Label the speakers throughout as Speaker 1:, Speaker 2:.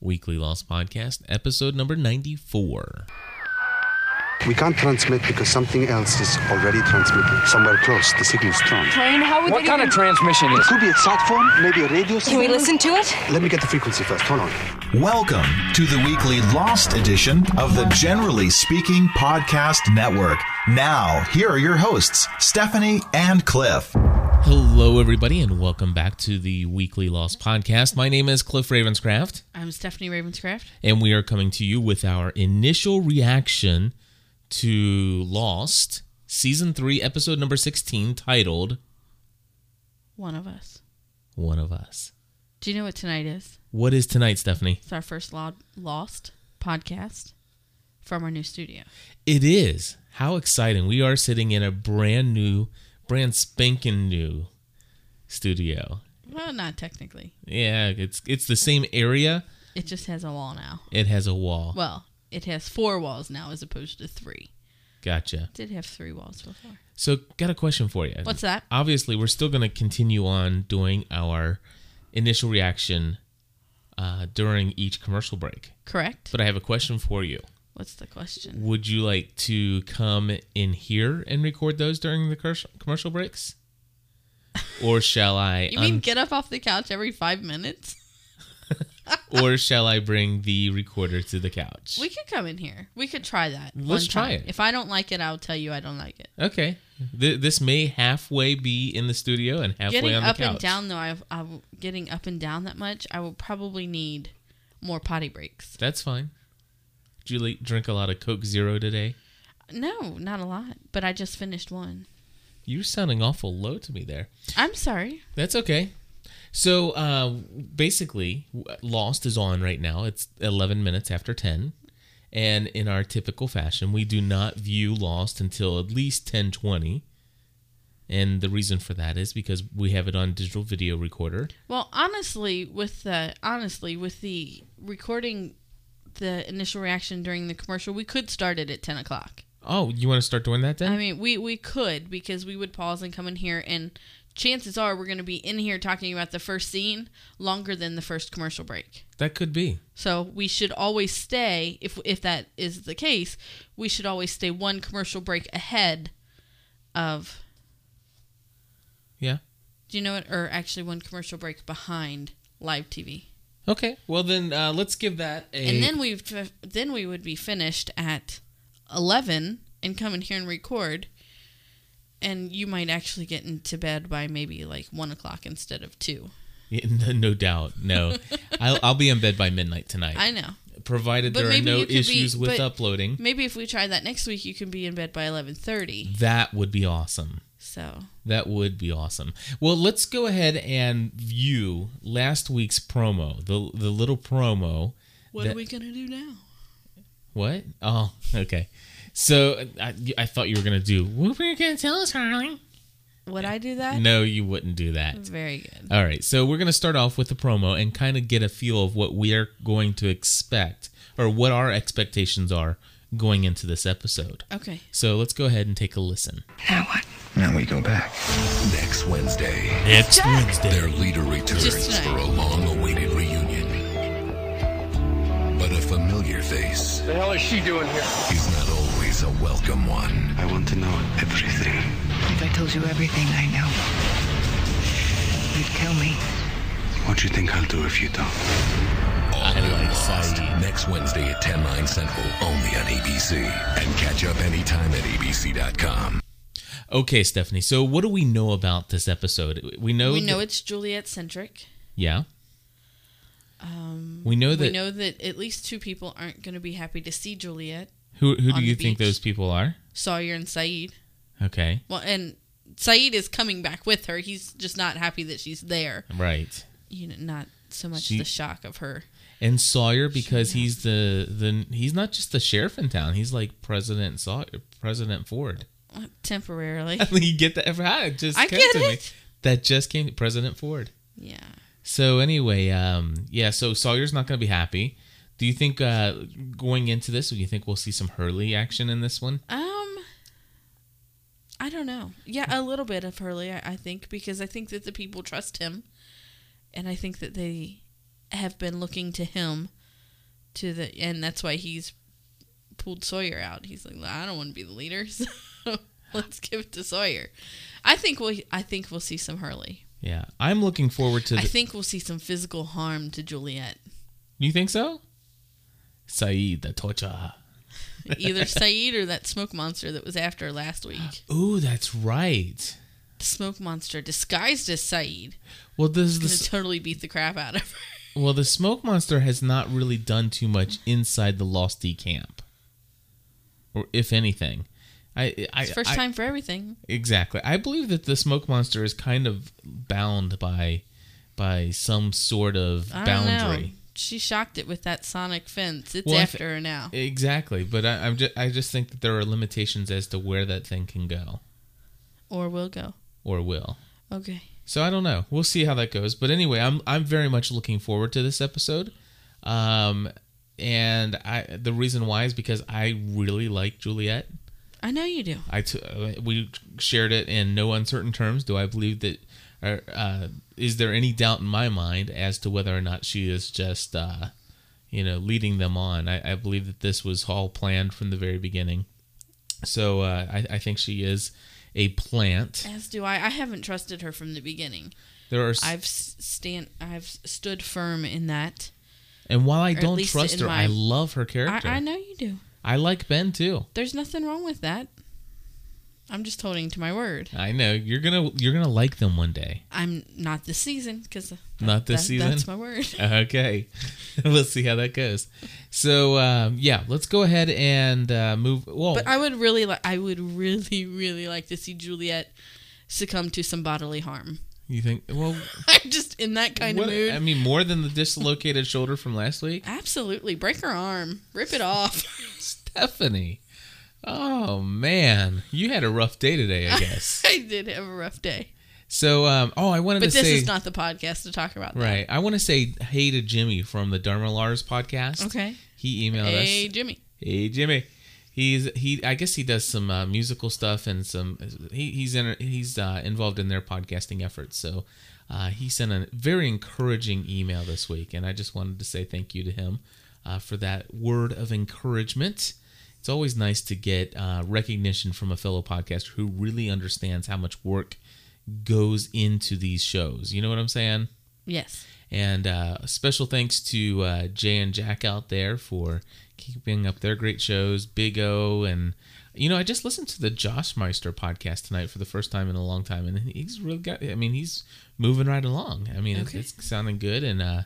Speaker 1: Weekly Lost Podcast, episode number 94.
Speaker 2: We can't transmit because something else is already transmitting. Somewhere close, the signal's strong.
Speaker 3: Train? How would
Speaker 4: What
Speaker 3: they
Speaker 4: kind
Speaker 3: even...
Speaker 4: of transmission is?
Speaker 2: Could be a sat phone, maybe a radio.
Speaker 3: Can we listen to it?
Speaker 2: Let me get the frequency first. Hold on.
Speaker 5: Welcome to the weekly Lost edition of the Generally Speaking Podcast Network. Now, here are your hosts, Stephanie and Cliff.
Speaker 1: Hello, everybody, and welcome back to the Weekly Lost Podcast. My name is Cliff Ravenscraft,
Speaker 6: I'm Stephanie Ravenscraft.
Speaker 1: and we are coming to you with our initial reaction to Lost Season 3, episode number 16, titled
Speaker 6: One of us.
Speaker 1: One of Us.
Speaker 6: Do you know what tonight is?
Speaker 1: What is tonight, Stephanie?
Speaker 6: It's our first lo- Lost podcast from our new studio.
Speaker 1: It is. How exciting. We are sitting in a brand new, brand spanking new studio.
Speaker 6: Well, not technically.
Speaker 1: Yeah, it's it's the same area.
Speaker 6: It just has a wall now.
Speaker 1: It has a wall.
Speaker 6: Well, it has four walls now as opposed to three.
Speaker 1: Gotcha.
Speaker 6: It did have three walls before.
Speaker 1: So, got a question for you.
Speaker 6: What's that?
Speaker 1: Obviously, we're still going to continue on doing our initial reaction uh, during each commercial break.
Speaker 6: Correct?
Speaker 1: But I have a question for you.
Speaker 6: What's the question?
Speaker 1: Would you like to come in here and record those during the cur- commercial breaks? Or shall I
Speaker 6: You mean
Speaker 1: un-
Speaker 6: get up off the couch every five minutes?
Speaker 1: or shall I bring the recorder to the couch?
Speaker 6: We could come in here. We could try that.
Speaker 1: Let's
Speaker 6: one
Speaker 1: try
Speaker 6: time.
Speaker 1: it.
Speaker 6: If I don't like it, I'll tell you I don't like it.
Speaker 1: okay. Th- this may halfway be in the studio and halfway
Speaker 6: getting
Speaker 1: on the
Speaker 6: up
Speaker 1: couch.
Speaker 6: and down though, I've, I'm getting up and down that much. I will probably need more potty breaks.
Speaker 1: That's fine. Did you like, drink a lot of Coke Zero today?
Speaker 6: No, not a lot, but I just finished one.
Speaker 1: You're sounding awful low to me there.
Speaker 6: I'm sorry.
Speaker 1: That's okay. So uh, basically, w- Lost is on right now. It's 11 minutes after 10. And in our typical fashion, we do not view Lost until at least 1020. And the reason for that is because we have it on digital video recorder.
Speaker 6: Well, honestly, with the honestly with the recording, the initial reaction during the commercial, we could start it at ten o'clock.
Speaker 1: Oh, you want to start doing that then?
Speaker 6: I mean, we we could because we would pause and come in here, and chances are we're going to be in here talking about the first scene longer than the first commercial break.
Speaker 1: that could be.
Speaker 6: So we should always stay if if that is the case, we should always stay one commercial break ahead of
Speaker 1: Yeah.
Speaker 6: Do you know what? Or actually, one commercial break behind live TV,
Speaker 1: Okay. Well, then uh, let's give that a.
Speaker 6: and then we then we would be finished at eleven and come in here and record. And you might actually get into bed by maybe like one o'clock instead of two.
Speaker 1: Yeah, no, no doubt. No. I'll, I'll be in bed by midnight tonight.
Speaker 6: I know.
Speaker 1: provided
Speaker 6: But
Speaker 1: there are
Speaker 6: maybe
Speaker 1: no
Speaker 6: you could be-
Speaker 1: issues with
Speaker 6: but-
Speaker 1: uploading.
Speaker 6: Maybe if we try that next week, you can be in bed by eleven thirty.
Speaker 1: That would be awesome.
Speaker 6: So
Speaker 1: That would be awesome. Well, let's go ahead and view last week's promo. The the little promo.
Speaker 6: what
Speaker 1: That-
Speaker 6: are we gonna do now?
Speaker 1: What? Oh, okay. So I, I thought you were gonna do. What were you gonna tell us, Harley?
Speaker 6: Would I do that?
Speaker 1: No, you wouldn't do that.
Speaker 6: Very good.
Speaker 1: All right. So we're gonna start off with the promo and kind of get a feel of what we are going to expect or what our expectations are going into this episode.
Speaker 6: Okay.
Speaker 1: So let's go ahead and take a listen.
Speaker 7: Now we go back.
Speaker 8: Next Wednesday,
Speaker 1: Next Wednesday.
Speaker 8: their leader
Speaker 6: Just
Speaker 8: returns
Speaker 6: tonight.
Speaker 8: for a long awaited reunion. But a familiar face
Speaker 4: The hell is she doing here?
Speaker 8: is not always a welcome one.
Speaker 2: I want to know everything.
Speaker 7: If I told you everything I know, you'd kill me.
Speaker 2: What do you think I'll do if you don't?
Speaker 8: All
Speaker 1: I
Speaker 8: New
Speaker 1: like
Speaker 8: Lost,
Speaker 1: Saeed.
Speaker 8: Next Wednesday at 10, 9 central, only on ABC. And catch up anytime at abc.com.
Speaker 1: Okay, Stephanie. So, what do we know about this episode? We know.
Speaker 6: We know
Speaker 1: that-
Speaker 6: it's Juliet centric.
Speaker 1: Yeah. we know that.
Speaker 6: Um, We know that at least two people aren't going to be happy to see Juliet,
Speaker 1: who who do
Speaker 6: on
Speaker 1: you
Speaker 6: the
Speaker 1: think
Speaker 6: beach.
Speaker 1: those people are?
Speaker 6: Sawyer, and Saeed.
Speaker 1: Okay.
Speaker 6: Well, and Saeed is coming back with her. He's just not happy that she's there.
Speaker 1: Right.
Speaker 6: You know, not so much
Speaker 1: She-
Speaker 6: the shock of her.
Speaker 1: And Sawyer because he's the the he's not just the sheriff in town. He's like President Sawyer, President Ford.
Speaker 6: uh, Temporarily.
Speaker 1: you get that? Ah, it just
Speaker 6: I
Speaker 1: came
Speaker 6: get
Speaker 1: to
Speaker 6: it.
Speaker 1: me. That just came President Ford.
Speaker 6: yeah.
Speaker 1: So anyway, um, yeah. So Sawyer's not going to be happy. Do you think uh, going into this, do you think we'll see some Hurley action in this one?
Speaker 6: Um I don't know. Yeah, a little bit of Hurley, I, I think, because I think that the people trust him. And I think that they have been looking to him to the and that's why he's pulled Sawyer out. He's like, I don't want to be the leader, so let's give it to Sawyer. I think we will I think we'll see some Hurley.
Speaker 1: Yeah, I'm looking forward to. The,
Speaker 6: I think we'll see some physical harm to Juliet.
Speaker 1: you think so? Saeed the torture.
Speaker 6: Either Saeed or that smoke monster that was after her last week.
Speaker 1: Ooh, that's right.
Speaker 6: The smoke monster disguised as Saeed.
Speaker 1: Well, this is the
Speaker 6: Gonna
Speaker 1: s-
Speaker 6: totally beat the crap out of her.
Speaker 1: well the smoke monster has not really done too much inside the Losty camp, or if anything. I, I
Speaker 6: It's first
Speaker 1: I-
Speaker 6: time for everything.
Speaker 1: Exactly. I believe that the smoke monster is kind of bound by by some sort of
Speaker 6: I don't know.
Speaker 1: boundary.
Speaker 6: She shocked it with that sonic fence. It's
Speaker 1: Well, I
Speaker 6: after
Speaker 1: thi-
Speaker 6: her now.
Speaker 1: Exactly, but I, I'm just I just think that there are limitations as to where that thing can go
Speaker 6: or will go.
Speaker 1: or will.
Speaker 6: Okay.
Speaker 1: So I don't know. We'll see how that goes. But anyway, I'm I'm very much looking forward to this episode. Um and I the reason why is because I really like Juliet.
Speaker 6: I know you do.
Speaker 1: I t- uh, we shared it in no uncertain terms. Do I believe that? Or, uh, is there any doubt in my mind as to whether or not she is just, uh, you know, leading them on? I, I believe that this was all planned from the very beginning. So uh, I, I think she is a plant.
Speaker 6: As do I. I haven't trusted her from the beginning.
Speaker 1: There are, s-
Speaker 6: I've s- stand. I've stood firm in that.
Speaker 1: and while I
Speaker 6: at
Speaker 1: don't
Speaker 6: least
Speaker 1: trust
Speaker 6: in
Speaker 1: her,
Speaker 6: my-
Speaker 1: I love her
Speaker 6: I,
Speaker 1: character.
Speaker 6: I know you do.
Speaker 1: I like Ben too.
Speaker 6: There's nothing wrong with that. I'm just holding to my word.
Speaker 1: I know you're gonna you're gonna like them one day.
Speaker 6: I'm not this season because
Speaker 1: Not this season?
Speaker 6: That's my word.
Speaker 1: okay we'll see how that goes so um, yeah let's go ahead and uh, move well
Speaker 6: But I would really like. I would really, really like to see Juliet succumb to some bodily harm.
Speaker 1: you think well
Speaker 6: I'm just in that kind
Speaker 1: what-
Speaker 6: of mood.
Speaker 1: i mean more than the dislocated shoulder from last week
Speaker 6: Absolutely, break her arm, rip it off.
Speaker 1: stephanie oh man you had a rough day today i guess
Speaker 6: I did have a rough day,
Speaker 1: so um, oh i wanted
Speaker 6: but
Speaker 1: to
Speaker 6: this
Speaker 1: say
Speaker 6: is not the podcast to talk about.
Speaker 1: right i want to say hey to jimmy from the dharma lars podcast
Speaker 6: That. Okay.
Speaker 1: he emailed us
Speaker 6: hey, Jimmy.
Speaker 1: Hey Jimmy, he's he. I guess he does some uh, musical stuff and some. He, he's in. He's uh, involved in their podcasting efforts. So uh, he sent a very encouraging email this week, and I just wanted to say thank you to him uh, for that word of encouragement. It's always nice to get uh, recognition from a fellow podcaster who really understands how much work goes into these shows. You know what I'm saying?
Speaker 6: Yes.
Speaker 1: And uh, special thanks to uh, Jay and Jack out there for keeping up their great shows, Big O. And, you know, I just listened to the Josh Meister podcast tonight for the first time in a long time. And he's really got, I mean, he's moving right along. I mean,
Speaker 6: Okay.
Speaker 1: it's, it's sounding good. And uh,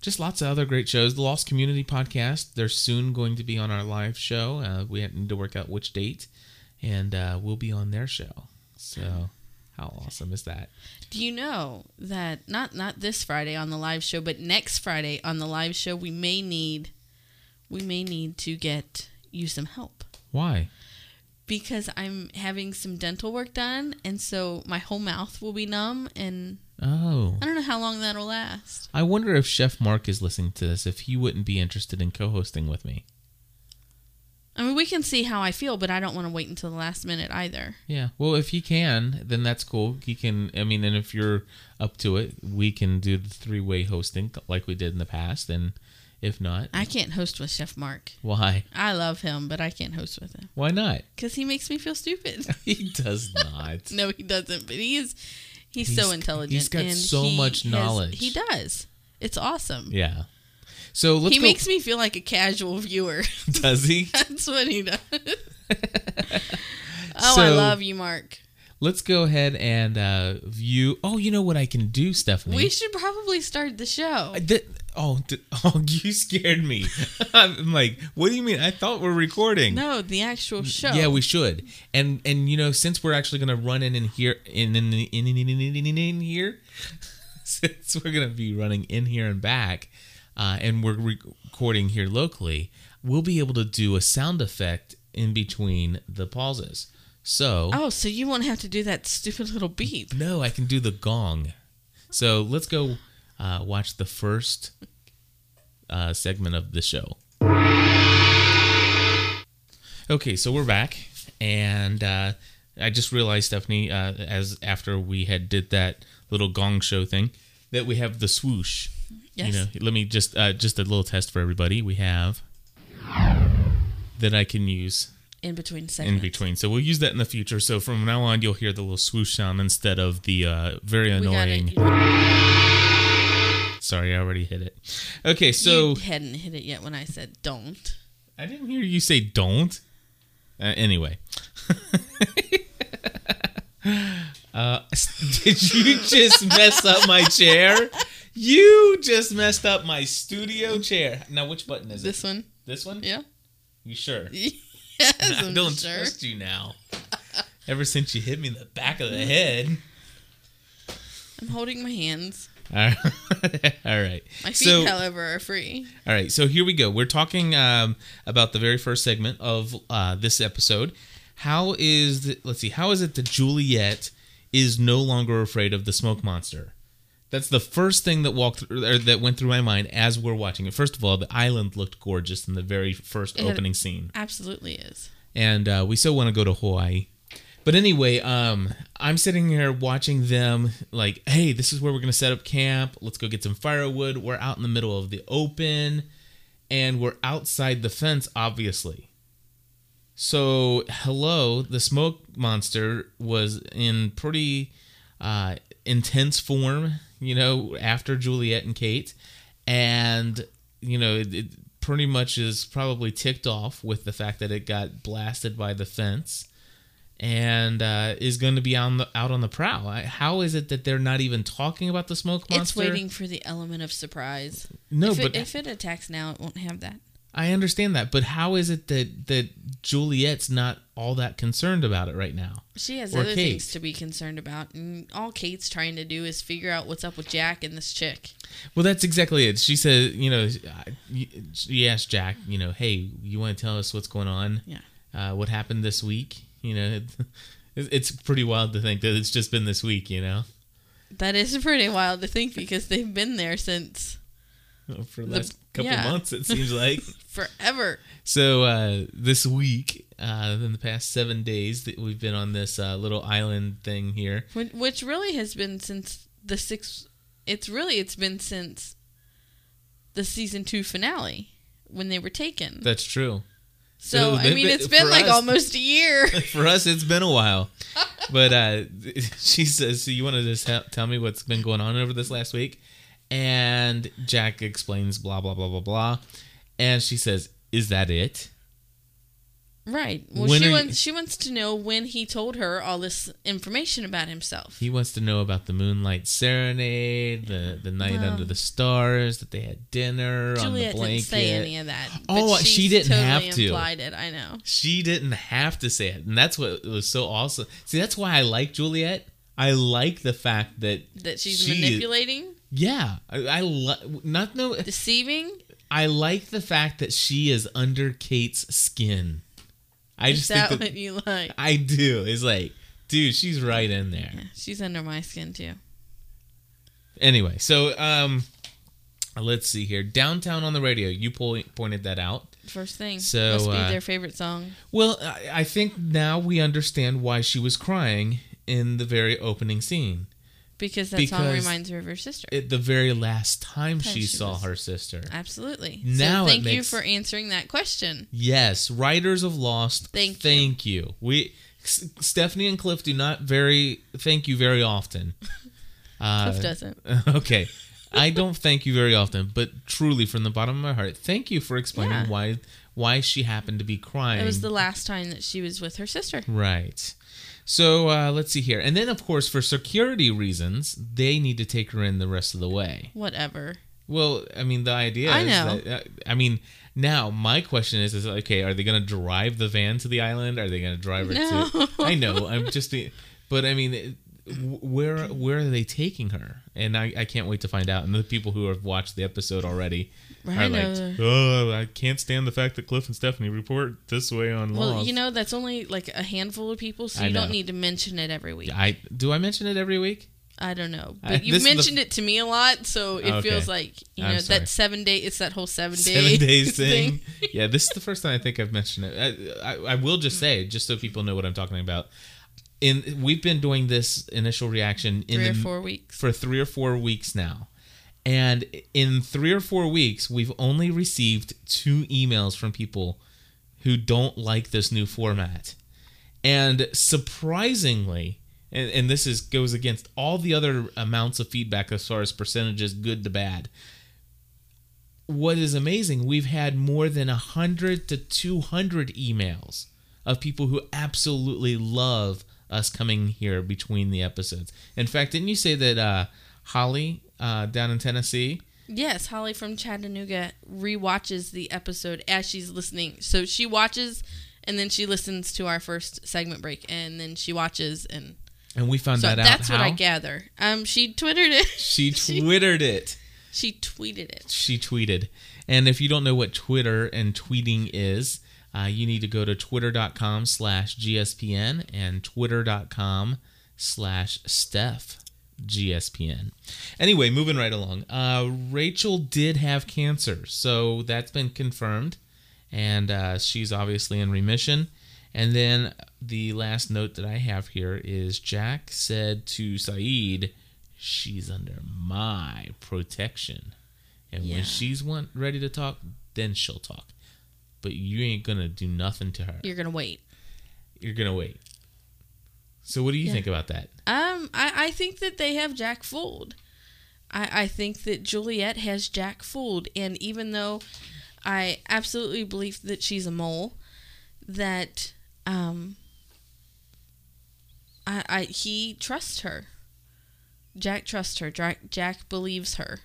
Speaker 1: just lots of other great shows. The Lost Community podcast, they're soon going to be on our live show. Uh, we need to work out which date. And uh, we'll be on their show. So, how awesome is that?
Speaker 6: Do you know that not not this Friday on the live show, but next Friday on the live show, we may need we may need to get you some help
Speaker 1: Why?
Speaker 6: because I'm having some dental work done, and so my whole mouth will be numb, and
Speaker 1: Oh.
Speaker 6: I don't know how long that'll last.
Speaker 1: I wonder if Chef Mark is listening to this, if he wouldn't be interested in co hosting with me.
Speaker 6: I mean, we can see how I feel, but I don't want to wait until the last minute either.
Speaker 1: Yeah. Well, if he can, then that's cool. He can, I mean, and if you're up to it, we can do the three way hosting like we did in the past. And if not,
Speaker 6: I can't host with Chef Mark.
Speaker 1: why?
Speaker 6: I love him, but I can't host with him
Speaker 1: Why not?
Speaker 6: because he makes me feel stupid.
Speaker 1: He does not.
Speaker 6: No, he doesn't. But he is. He's, so
Speaker 1: He's-
Speaker 6: intelligent.
Speaker 1: he's got
Speaker 6: and
Speaker 1: so
Speaker 6: he
Speaker 1: much
Speaker 6: has-
Speaker 1: knowledge.
Speaker 6: he does. It's awesome.
Speaker 1: Yeah. So let's
Speaker 6: he
Speaker 1: go.
Speaker 6: makes me feel like a casual viewer.
Speaker 1: does he?
Speaker 6: That's what he does. oh, I
Speaker 1: So-
Speaker 6: love you, Mark.
Speaker 1: Let's go ahead and uh, view. Oh, you know what I can do, Stephanie?
Speaker 6: We should probably start the show.
Speaker 1: I did- oh, did- oh, you scared me. I'm like, what do you mean? I thought we're recording.
Speaker 6: no, the actual show.
Speaker 1: Yeah, we should. And and you know, since we're actually gonna run in and here in in in in in, in, in, in, in here, since we're gonna be running in here and back, uh, and we're re- recording here locally, we'll be able to do a sound effect in between the pauses. So
Speaker 6: Oh, so you won't have to do that stupid little beep.
Speaker 1: no, I can do the gong. So let's go uh, watch the first uh, segment of the show. Okay, so we're back, and uh, I just realized, Stephanie, uh, as after we had did that little gong show thing, that we have the swoosh.
Speaker 6: Yes.
Speaker 1: You know, let me just uh, just a little test for everybody. We have that I can use
Speaker 6: in between
Speaker 1: in
Speaker 6: segments.
Speaker 1: between. So we'll use that in the future. So from now on, you'll hear the little swoosh sound instead of the uh, very
Speaker 6: We got it.
Speaker 1: annoying.
Speaker 6: You,
Speaker 1: Sorry, I already hit it. Okay, so
Speaker 6: you hadn't hit it yet when I said don't.
Speaker 1: I didn't hear you say don't. Uh, anyway. uh, did you just mess up my chair? You just messed up my studio chair. Now, which button is
Speaker 6: This
Speaker 1: it?
Speaker 6: one.
Speaker 1: This one?
Speaker 6: Yeah.
Speaker 1: You sure?
Speaker 6: yes,
Speaker 1: I
Speaker 6: I'm
Speaker 1: don't
Speaker 6: sure.
Speaker 1: trust you now. Ever since you hit me in the back of the head.
Speaker 6: I'm holding my hands.
Speaker 1: All right. All right.
Speaker 6: My feet,
Speaker 1: so,
Speaker 6: however, are free.
Speaker 1: All right, so here we go. We're talking um, about the very first segment of uh, this episode. How is the, let's see? How is it that Juliet is no longer afraid of the smoke monster? That's the first thing that walked through, or that went through my mind as we're watching it. First of all, the island looked gorgeous in the very first
Speaker 6: It-
Speaker 1: opening scene,
Speaker 6: Absolutely is.
Speaker 1: and uh, we still want to go to Hawaii. But anyway, um, I'm sitting here watching them. Like, hey, this is where we're gonna set up camp. Let's go get some firewood. We're out in the middle of the open and we're outside the fence, obviously. So, hello, the smoke monster was in pretty uh, intense form, you know, after Juliet and Kate. And, you know, it, it pretty much is probably ticked off with the fact that it got blasted by the fence and uh, is going to be on the, out on the prowl. I- How is it that they're not even talking about the smoke monster?
Speaker 6: It's waiting for the element of surprise.
Speaker 1: No,
Speaker 6: if it,
Speaker 1: but
Speaker 6: if it attacks now, it won't have that.
Speaker 1: I understand that, but how is it that that Juliet's not all that concerned about it right now?
Speaker 6: She has
Speaker 1: Or
Speaker 6: other
Speaker 1: Kate.
Speaker 6: things to be concerned about, and all Kate's trying to do is figure out what's up with Jack and this chick.
Speaker 1: Well, that's exactly it. She said, you know, she asked Jack, you know, hey, you want to tell us what's going on?
Speaker 6: Yeah.
Speaker 1: Uh, what happened this week? You know, it, it's pretty wild to think that it's just been this week. You know,
Speaker 6: That is pretty wild to think because they've been there since
Speaker 1: for the last couple
Speaker 6: yeah.
Speaker 1: months it seems like.
Speaker 6: forever.
Speaker 1: So uh, this week, uh, in the past seven days that we've been on this uh, little island thing here,
Speaker 6: Wh- Which really has been since the six. It's really it's been since the season two finale when they were taken.
Speaker 1: that's true.
Speaker 6: so
Speaker 1: so
Speaker 6: I
Speaker 1: they-
Speaker 6: mean,
Speaker 1: they-
Speaker 6: it's been
Speaker 1: for
Speaker 6: like
Speaker 1: us-
Speaker 6: almost a year.
Speaker 1: For us, it's been a while. But uh, she says, So you want to just he- tell me what's been going on over this last week? And Jack explains, blah, blah, blah, blah, blah. And she says, Is that it?
Speaker 6: right. Well,
Speaker 1: When are
Speaker 6: she
Speaker 1: you-
Speaker 6: wants she wants to know when he told her all this information about himself.
Speaker 1: He wants to know about the moonlight serenade, the, the night under the stars, that they had dinner on
Speaker 6: Juliet
Speaker 1: the blanket.
Speaker 6: didn't say any of that. but
Speaker 1: Oh,
Speaker 6: she's
Speaker 1: she didn't
Speaker 6: totally
Speaker 1: have to.
Speaker 6: Implied it. I know.
Speaker 1: she didn't have to say it. And that's what was so awesome. See, that's why I like Juliet. I like the fact that
Speaker 6: That she's
Speaker 1: she-
Speaker 6: manipulating,
Speaker 1: Yeah, I, I lo- not no.
Speaker 6: deceiving.
Speaker 1: I like the fact that she is under Kate's skin. I
Speaker 6: Is
Speaker 1: just
Speaker 6: that
Speaker 1: think that
Speaker 6: what you like?
Speaker 1: I do. It's like, dude, she's right in there.
Speaker 6: She's under my skin too.
Speaker 1: Anyway, so um, let's see here. Downtown on the radio, you po- pointed that out.
Speaker 6: First thing.
Speaker 1: So,
Speaker 6: must be
Speaker 1: uh,
Speaker 6: their favorite song.
Speaker 1: Well, I, I think now we understand why she was crying in the very opening scene.
Speaker 6: Because that song
Speaker 1: because-
Speaker 6: reminds her of her sister.
Speaker 1: At the very last time
Speaker 6: Time
Speaker 1: she,
Speaker 6: she
Speaker 1: saw
Speaker 6: was-
Speaker 1: her sister.
Speaker 6: Absolutely.
Speaker 1: Now
Speaker 6: so
Speaker 1: it
Speaker 6: thank you
Speaker 1: makes-
Speaker 6: for answering that question.
Speaker 1: Yes, writers of Lost.
Speaker 6: Thank you.
Speaker 1: thank you. We S- Stephanie and Cliff do not very thank you very often. Uh,
Speaker 6: Cliff doesn't.
Speaker 1: okay, I don't thank you very often, but truly from the bottom of my heart, thank you for explaining
Speaker 6: Yeah.
Speaker 1: why why she happened to be crying.
Speaker 6: It was the last time that she was with her sister.
Speaker 1: right. So uh, let's see here, and then of course for security reasons, they need to take her in the rest of the way.
Speaker 6: Whatever.
Speaker 1: Well, I mean, the idea
Speaker 6: I
Speaker 1: is
Speaker 6: know.
Speaker 1: that uh, I mean, now my question is: is okay? Are they going to drive the van to the island? Are they going to drive it
Speaker 6: No.
Speaker 1: to? I know. I'm just, but I mean, it- wh- where where are they taking her? And I, I can't wait to find out. And the people who have watched the episode already
Speaker 6: I
Speaker 1: are
Speaker 6: know.
Speaker 1: like, oh, I can't stand the fact that Cliff and Stephanie report this way on
Speaker 6: Well,
Speaker 1: Lost."
Speaker 6: you know, that's only like a handful of people, so
Speaker 1: I
Speaker 6: you
Speaker 1: know.
Speaker 6: don't need to mention it every week.
Speaker 1: I do I mention it every week?
Speaker 6: I don't know.
Speaker 1: I-
Speaker 6: But you
Speaker 1: this is the-
Speaker 6: mentioned it to me a lot, so it
Speaker 1: Okay.
Speaker 6: feels like, you
Speaker 1: I'm
Speaker 6: know,
Speaker 1: sorry.
Speaker 6: that seven day, it's that whole seven,
Speaker 1: seven days thing. yeah, this is the first time I think I've mentioned it. I, I, I will just say, just so people know what I'm talking about. In we've been doing this initial reaction in
Speaker 6: Three
Speaker 1: the,
Speaker 6: or four weeks.
Speaker 1: for three or four weeks now, And in three or four weeks, we've only received two emails from people who don't like this new format. And surprisingly, and, and this is goes against all the other amounts of feedback as far as percentages, good to bad. What is amazing, we've had more than 100 to 200 emails of people who absolutely love us coming here between the episodes. In fact, didn't you say that uh, Holly uh, down in Tennessee?
Speaker 6: Yes, Holly from Chattanooga rewatches the episode as she's listening. So she watches and then she listens to our first segment break and then she watches and
Speaker 1: And we found
Speaker 6: so
Speaker 1: that out.
Speaker 6: that's what I
Speaker 1: how?
Speaker 6: gather. Um she twittered it.
Speaker 1: She twittered it.
Speaker 6: she tweeted it.
Speaker 1: She tweeted. And if you don't know what Twitter and tweeting is, uh, you need to go to twitter.com slash GSPN and twitter.com slash Steph GSPN. Anyway, moving right along. Uh, Rachel did have cancer, so that's been confirmed. And uh, she's obviously in remission. And then the last note that I have here is Jack said to Saeed, she's under my protection. And
Speaker 6: Yeah.
Speaker 1: when she's one, ready to talk, then she'll talk. But you ain't gonna do nothing to her. You're,
Speaker 6: You're gonna wait.
Speaker 1: gonna wait. So what do you think about that?
Speaker 6: Um, I, I think that they have Jack fooled. I, I think that Juliet has Jack fooled. And even though I absolutely believe that she's a mole, that um, I, I he trusts her. Jack trusts her. Jack, Jack believes her,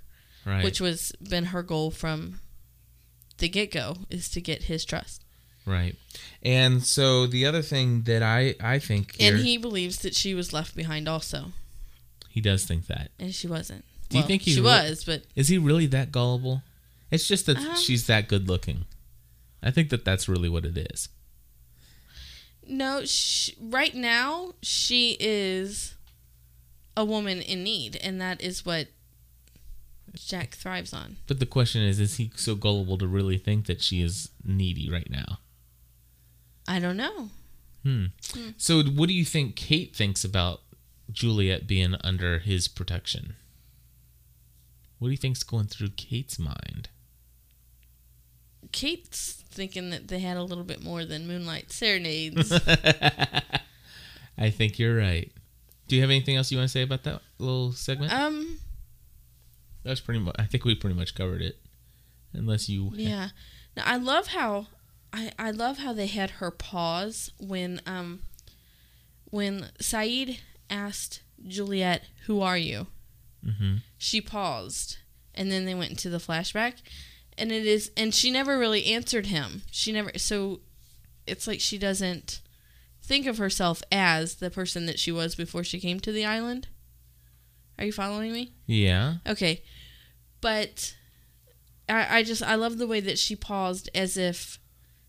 Speaker 1: Right.
Speaker 6: which was been her goal from the get go is to get his trust.
Speaker 1: right. And so the other thing that I I think here,
Speaker 6: And he believes that she was left behind also,
Speaker 1: he does think that
Speaker 6: and she wasn't.
Speaker 1: Do you think he
Speaker 6: she
Speaker 1: re-
Speaker 6: was? But
Speaker 1: is he really that gullible? It's just that
Speaker 6: Um,
Speaker 1: she's that good looking. I think that that's really what it is.
Speaker 6: No, sh right now she is a woman in need, and that is what Jack thrives on.
Speaker 1: But the question is, is he so gullible to really think that she is needy right now?
Speaker 6: I don't know. Mm.
Speaker 1: So, what do you think Kate thinks about Juliet being under his protection? What do you think's going through Kate's mind?
Speaker 6: Kate's thinking that they had a little bit more than Moonlight Serenades.
Speaker 1: I think you're right. Do you have anything else you want to say about that little segment?
Speaker 6: um,
Speaker 1: That's pretty much. I think we pretty much covered it, unless you.
Speaker 6: yeah. Now I love how I I love how they had her pause when um when Saeed asked Juliet, "Who are you?"
Speaker 1: hmm
Speaker 6: she paused and then they went into the flashback and it is and she never really answered him she never so it's like she doesn't think of herself as the person that she was before she came to the island are you following me
Speaker 1: Yeah.
Speaker 6: okay but i, I just i love the way that she paused as if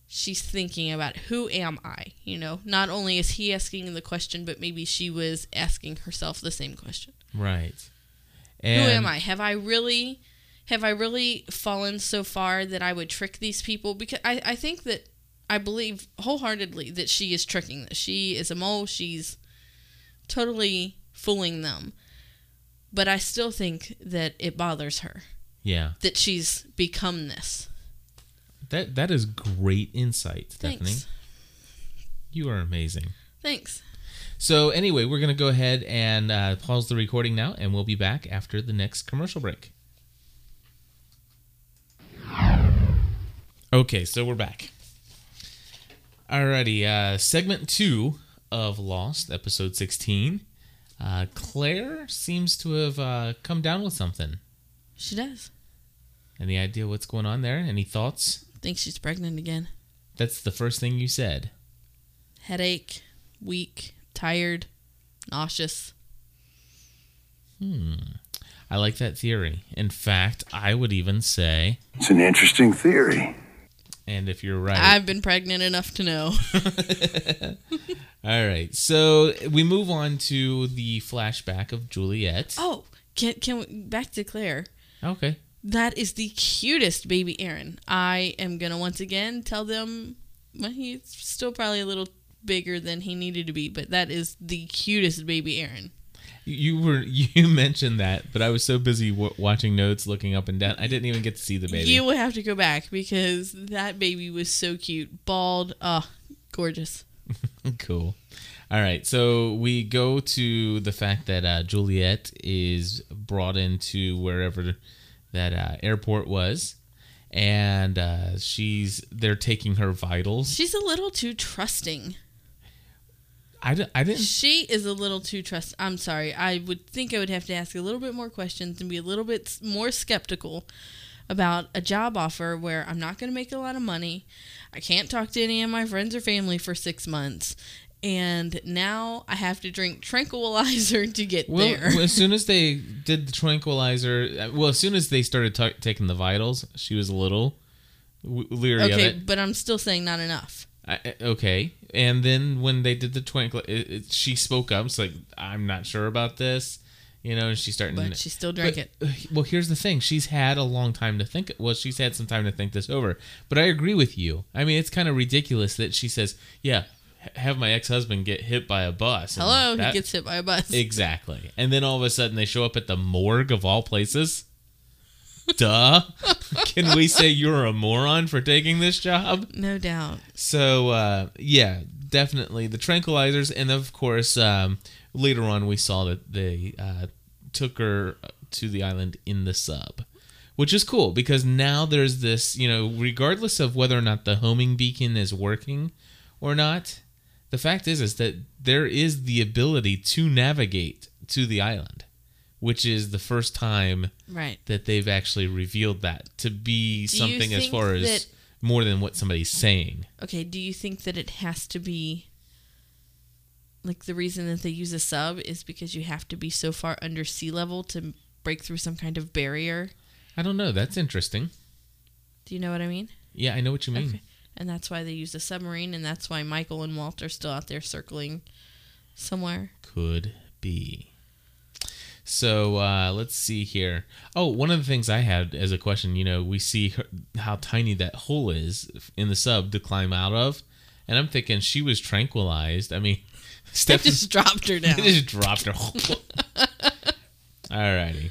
Speaker 6: she's thinking about who am i you know not only is he asking the question but maybe she was asking herself the same question
Speaker 1: Right. And,
Speaker 6: who am I? Have I really have I really fallen so far that I would trick these people? Because I, I think that I believe wholeheartedly that she is tricking this. She is a mole, she's totally fooling them. But I still think that it bothers her
Speaker 1: Yeah.
Speaker 6: that she's become this.
Speaker 1: That that is great insight, Stephanie.
Speaker 6: Thanks.
Speaker 1: You are amazing.
Speaker 6: Thanks.
Speaker 1: So anyway, we're gonna go ahead and uh, pause the recording now, and we'll be back after the next commercial break. Okay, so we're back. Alrighty, uh, segment two of Lost, episode sixteen. Uh, Claire seems to have uh, come down with something.
Speaker 6: She does.
Speaker 1: Any idea what's going on there? Any thoughts?
Speaker 6: Think she's pregnant again.
Speaker 1: That's the first thing you said.
Speaker 6: Headache, weak, tired, nauseous.
Speaker 1: I like that theory. In fact, I would even say,
Speaker 3: It's an interesting theory.
Speaker 1: and if you're right,
Speaker 6: I've been pregnant enough to know.
Speaker 1: All right, so we move on to the flashback of Juliet.
Speaker 6: Oh, can can we, back to Claire.
Speaker 1: Okay.
Speaker 6: That is the cutest baby Aaron. I am gonna once again tell them well, he's still probably a little bigger than he needed to be, but that is the cutest baby Aaron.
Speaker 1: You were you mentioned that, but I was so busy w- watching notes, looking up and down, I didn't even get to see the baby.
Speaker 6: You will have to go back because that baby was so cute, bald, ah, gorgeous.
Speaker 1: cool. All right, so we go to the fact that uh, Juliet is brought into wherever that uh, airport was, and uh, she's they're taking her vitals.
Speaker 6: She's a little too trusting.
Speaker 1: I, d- I didn't
Speaker 6: She is a little too trust. I'm sorry. I would think I would have to ask a little bit more questions and be a little bit s- more skeptical about a job offer where I'm not going to make a lot of money. I can't talk to any of my friends or family for six months. And now I have to drink tranquilizer to get
Speaker 1: Well,
Speaker 6: there.
Speaker 1: well, as soon as they did the tranquilizer, uh, well, as soon as they started ta taking the vitals, she was a little w- leery of
Speaker 6: okay,
Speaker 1: it.
Speaker 6: but I'm still saying not enough.
Speaker 1: I, I- okay, and then when they did the twinkle, it, it, she spoke up. It's like I'm not sure about this, you know. And she's starting,
Speaker 6: But she still drank
Speaker 1: but- uh, Well, here's the thing: she's had a long time to think. Well, she's had some time to think this over. But I agree with you. I mean, it's kind of ridiculous that she says, "Yeah, h- have my ex-husband get hit by a bus." and
Speaker 6: Hello,
Speaker 1: that-
Speaker 6: he gets hit by a bus.
Speaker 1: Exactly. And then all of a sudden they show up at the morgue of all places. Duh. Can we say you're a moron for taking this job?
Speaker 6: no doubt.
Speaker 1: So, uh, yeah, definitely the tranquilizers. And of course, um, later on we saw that they uh, took her to the island in the sub. Which is cool because now there's this, you know, regardless of whether or not the homing beacon is working or not, the fact is is that there is the ability to navigate to the island, which is the first time
Speaker 6: Right.
Speaker 1: that they've actually revealed that to be
Speaker 6: Do you
Speaker 1: something as
Speaker 6: think
Speaker 1: far as
Speaker 6: that-
Speaker 1: more than what somebody's saying.
Speaker 6: Okay, do you think that it has to be like the reason that they use a sub is because you have to be so far under sea level to break through some kind of barrier?
Speaker 1: I don't know. That's interesting.
Speaker 6: Do you know what I mean?
Speaker 1: Yeah, I know what you mean.
Speaker 6: And that's why they use a submarine and that's why Michael and Walt are still out there circling somewhere.
Speaker 1: Could be. So uh, let's see here. Oh, one of the things I had as a question, you know, we see her, how tiny that hole is in the sub to climb out of, and I'm thinking she was tranquilized. I mean,
Speaker 6: They
Speaker 1: Steph
Speaker 6: just dropped her
Speaker 1: They
Speaker 6: down.
Speaker 1: just dropped her. Alrighty.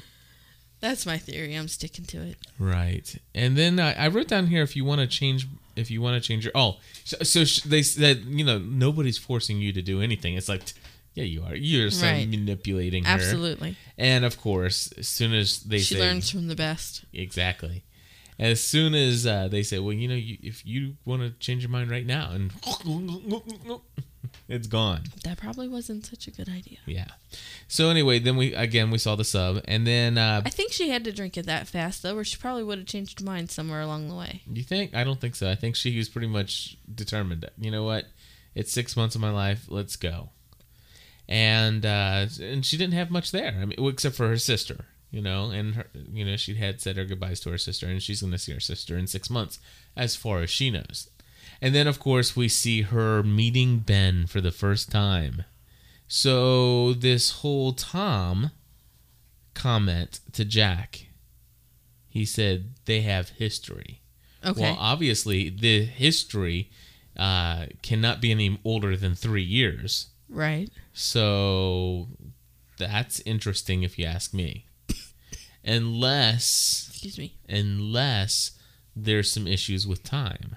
Speaker 6: That's my theory. I'm sticking to it.
Speaker 1: Right. And then I, I wrote down here if you want to change, if you want to change your. Oh, so, so sh- they said, you know, nobody's forcing you to do anything. It's like, t- yeah, you are. You're some
Speaker 6: Right.
Speaker 1: manipulating her.
Speaker 6: Absolutely.
Speaker 1: And of course, as soon as they
Speaker 6: She
Speaker 1: say.
Speaker 6: learns from the best.
Speaker 1: Exactly. As soon as uh, they say, well, you know, you, if you want to change your mind right now, and it's gone.
Speaker 6: That probably wasn't such a good idea.
Speaker 1: Yeah. So anyway, then we again we saw the sub, and then uh,
Speaker 6: I think she had to drink it that fast though, or she probably would have changed her mind somewhere along the way.
Speaker 1: You think? I don't think so. I think she was pretty much determined. You know what? It's six months of my life. Let's go. And uh, and she didn't have much there. I mean, well, except for her sister. You know, and her, you know she had said her goodbyes to her sister, and she's going to see her sister in six months, as far as she knows. And then, of course, we see her meeting Ben for the first time. So this whole Tom comment to Jack, he said they have history.
Speaker 6: Okay.
Speaker 1: Well, obviously, the history uh, cannot be any older than three years.
Speaker 6: right.
Speaker 1: So that's interesting if you ask me. unless,
Speaker 6: Excuse me.
Speaker 1: unless there's some issues with time,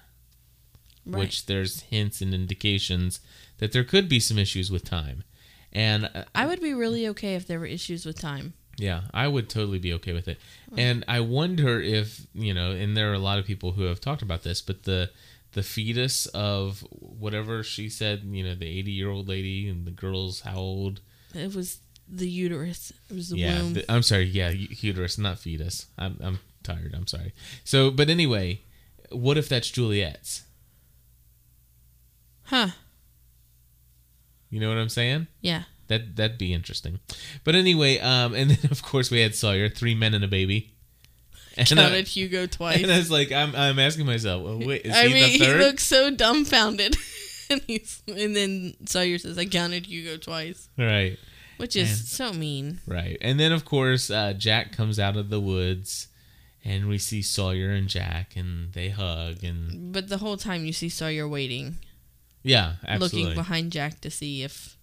Speaker 6: Right.
Speaker 1: which there's hints and indications that there could be some issues with time. And uh,
Speaker 6: I would be really okay if there were issues with time.
Speaker 1: Yeah, I would totally be okay with it.
Speaker 6: Mm.
Speaker 1: And I wonder if, you know, and there are a lot of people who have talked about this, but the the fetus of whatever she said, you know, the 80-year-old lady and the girls how old?
Speaker 6: It was the uterus. It was the
Speaker 1: yeah,
Speaker 6: womb.
Speaker 1: the- I'm sorry. Yeah, u- uterus, not fetus. I'm I'm tired. I'm sorry. So, but anyway, what if that's Juliet's?
Speaker 6: huh.
Speaker 1: You know what I'm saying?
Speaker 6: Yeah.
Speaker 1: That that'd be interesting. But anyway, um and then of course we had Sawyer, three men and a baby. And I-
Speaker 6: Counted Hugo twice.
Speaker 1: And I was like, I'm, I'm asking myself, well, wait, is
Speaker 6: I
Speaker 1: he
Speaker 6: mean,
Speaker 1: the
Speaker 6: he
Speaker 1: third?
Speaker 6: looks so dumbfounded. and, he's, and then Sawyer says, I counted Hugo twice,
Speaker 1: right,
Speaker 6: which is
Speaker 1: And-
Speaker 6: so mean.
Speaker 1: right. And then, of course, uh, Jack comes out of the woods, and we see Sawyer and Jack, and they hug, and
Speaker 6: But the whole time you see Sawyer waiting,
Speaker 1: yeah, absolutely.
Speaker 6: looking behind Jack to see if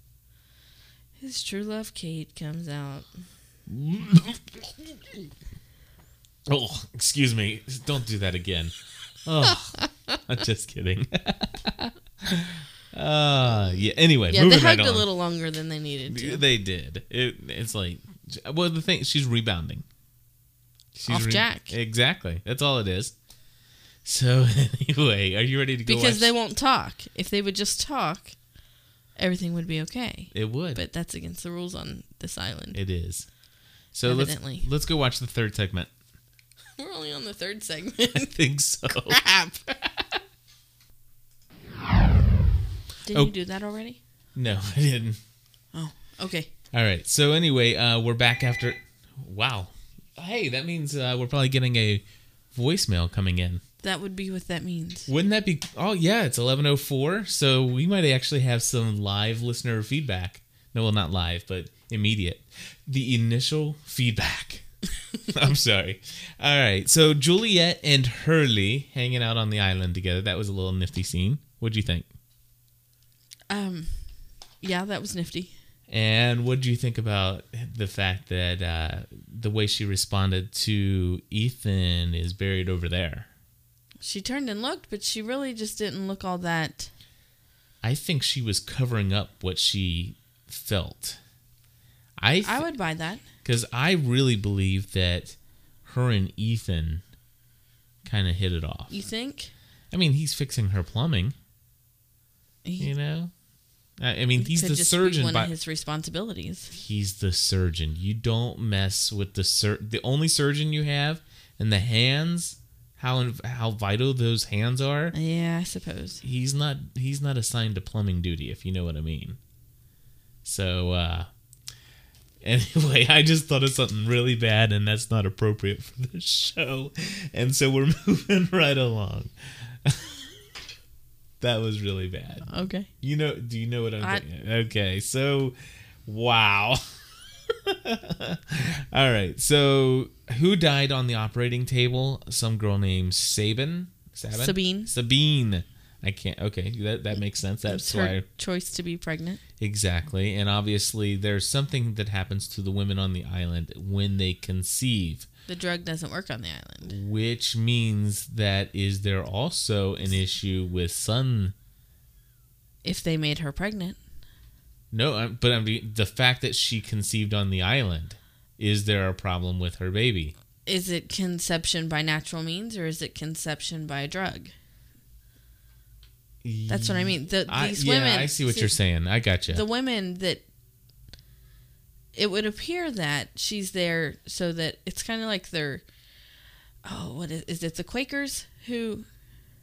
Speaker 6: His true love, Kate, comes out.
Speaker 1: Oh, excuse me. Don't do that again. Oh, I'm just kidding. uh, yeah. Anyway,
Speaker 6: Yeah,
Speaker 1: moving
Speaker 6: they hugged
Speaker 1: right
Speaker 6: a
Speaker 1: on.
Speaker 6: little longer than they needed to.
Speaker 1: They did. It, it's like, well, the thing she's rebounding. She's
Speaker 6: Off Jack.
Speaker 1: Exactly. That's all it is. So anyway, are you ready to go?
Speaker 6: because
Speaker 1: watch-
Speaker 6: they won't talk. If they would just talk, everything would be okay.
Speaker 1: It would.
Speaker 6: But that's against the rules on this island.
Speaker 1: it is. So let's,
Speaker 6: Evidently.
Speaker 1: let's go watch the third segment.
Speaker 6: We're only on the third
Speaker 1: I
Speaker 6: segment.
Speaker 1: think so.
Speaker 6: Crap. Did
Speaker 1: Oh.
Speaker 6: you do that already?
Speaker 1: No, I didn't.
Speaker 6: Oh, okay.
Speaker 1: All right. So anyway, uh, we're back after. Wow. Hey, that means uh, we're probably getting a voicemail coming in.
Speaker 6: That would be what that means.
Speaker 1: Wouldn't that be? Oh yeah, it's eleven oh four. So we might actually have some live listener feedback. No, well, not live, but immediate. The initial feedback. I'm sorry. All right. So Juliet and Hurley hanging out on the island together. That was a little nifty scene. What'd you think?
Speaker 6: Um, yeah, that was nifty.
Speaker 1: And what do you think about the fact that uh, the way she responded to Ethan is buried over there?
Speaker 6: She turned and looked, but she really just didn't look all that.
Speaker 1: I think she was covering up what she felt. I
Speaker 6: I would buy that.
Speaker 1: because I really believe that her and Ethan kind of hit it off.
Speaker 6: You think?
Speaker 1: I mean, he's fixing her plumbing,
Speaker 6: He
Speaker 1: you know. I I mean, he's
Speaker 6: could
Speaker 1: the
Speaker 6: just Be
Speaker 1: surgeon.
Speaker 6: one
Speaker 1: by,
Speaker 6: of his responsibilities.
Speaker 1: he's the surgeon. You don't mess with the sur- the only surgeon you have and the hands. How inv- how vital those hands are.
Speaker 6: Yeah, I suppose.
Speaker 1: He's not he's not assigned to plumbing duty if you know what I mean. So uh anyway, I just thought of something really bad and that's not appropriate for this show. And so we're moving right along. that was really bad.
Speaker 6: Okay.
Speaker 1: You know, do you know what I'm
Speaker 6: I-
Speaker 1: thinking? Okay, so wow. All right, so who died on the operating table? Some girl named Sabin. Sabin?
Speaker 6: Sabine.
Speaker 1: Sabine. I can't. Okay, that that makes sense. That's
Speaker 6: It's
Speaker 1: why.
Speaker 6: her choice to be pregnant.
Speaker 1: Exactly. And obviously, there's something that happens to the women on the island when they conceive,
Speaker 6: The drug doesn't work on the island.
Speaker 1: which means that is there also an issue with sun
Speaker 6: If they made her pregnant,
Speaker 1: No, I'm, but I'm the fact that she conceived on the island. Is there a problem with her baby?
Speaker 6: is it conception by natural means or is it conception by a drug? That's what I mean. The,
Speaker 1: I,
Speaker 6: these
Speaker 1: yeah,
Speaker 6: women.
Speaker 1: I see what you're saying. I got gotcha.
Speaker 6: The women that it would appear that she's there so that it's kind of like they're. Oh, what is, is it? The Quakers who?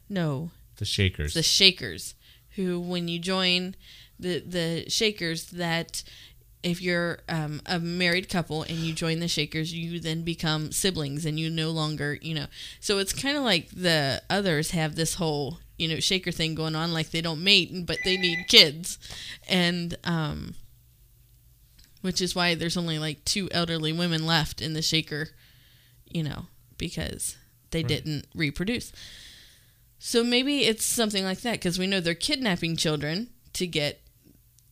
Speaker 6: No,
Speaker 1: The Shakers.
Speaker 6: the Shakers, who when you join the the Shakers that. If you're um, a married couple and you join the Shakers, you then become siblings, and you no longer, you know. So it's kind of like the others have this whole, you know, Shaker thing going on, like they don't mate, but they need kids, and um, which is why there's only like two elderly women left in the Shaker, you know, because they didn't reproduce. So maybe it's something like that because we know they're kidnapping children to get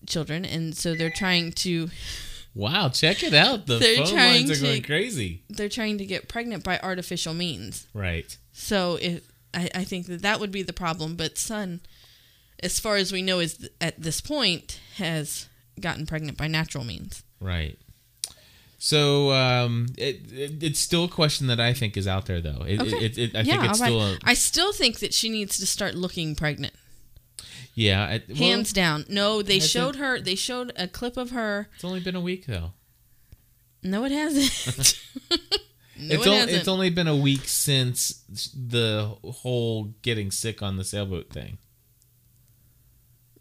Speaker 6: children, and so they're trying to
Speaker 1: wow, check it out. The
Speaker 6: They're
Speaker 1: phone
Speaker 6: trying
Speaker 1: lines are
Speaker 6: to-
Speaker 1: going crazy.
Speaker 6: they're trying to get pregnant by artificial means.
Speaker 1: Right.
Speaker 6: So if I, I think that that would be the problem, but son, as far as we know, is at this point has gotten pregnant by natural means.
Speaker 1: Right. So um, it, it, it's still a question that I think is out there, though. It,
Speaker 6: Okay.
Speaker 1: it, it, I
Speaker 6: yeah,
Speaker 1: think it's
Speaker 6: all
Speaker 1: still
Speaker 6: right.
Speaker 1: a,
Speaker 6: I still think that she needs to start looking pregnant.
Speaker 1: yeah. It, well,
Speaker 6: Hands down. No, they
Speaker 1: Has
Speaker 6: showed
Speaker 1: it-
Speaker 6: her. They showed a clip of her.
Speaker 1: it's only been a week though.
Speaker 6: No, it hasn't. no,
Speaker 1: it's,
Speaker 6: it
Speaker 1: on-
Speaker 6: hasn't.
Speaker 1: it's only been a week since the whole getting sick on the sailboat thing.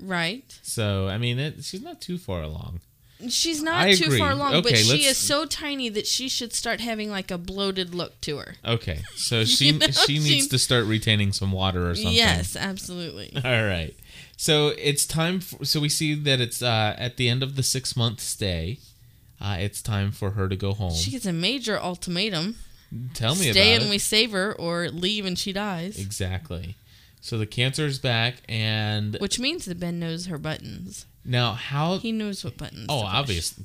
Speaker 6: right.
Speaker 1: So I mean, it, she's not too far along.
Speaker 6: She's not
Speaker 1: I
Speaker 6: too far
Speaker 1: agree.
Speaker 6: along, but
Speaker 1: Okay,
Speaker 6: she
Speaker 1: let's-
Speaker 6: is so tiny that she should start having like a bloated look to her.
Speaker 1: Okay, so she
Speaker 6: know,
Speaker 1: she
Speaker 6: she-
Speaker 1: needs to start retaining some water or something. Oh.
Speaker 6: Yes, absolutely.
Speaker 1: All right. So it's time. For, so we see that it's uh, at the end of the six month stay. Uh, it's time for her to go home.
Speaker 6: She gets a major ultimatum:
Speaker 1: Tell me
Speaker 6: stay
Speaker 1: about
Speaker 6: and
Speaker 1: it.
Speaker 6: we save her, or leave and she dies.
Speaker 1: exactly. So the cancer is back, and
Speaker 6: Which means that Ben knows her buttons.
Speaker 1: now how?
Speaker 6: He knows what buttons.
Speaker 1: oh,
Speaker 6: to push.
Speaker 1: obviously,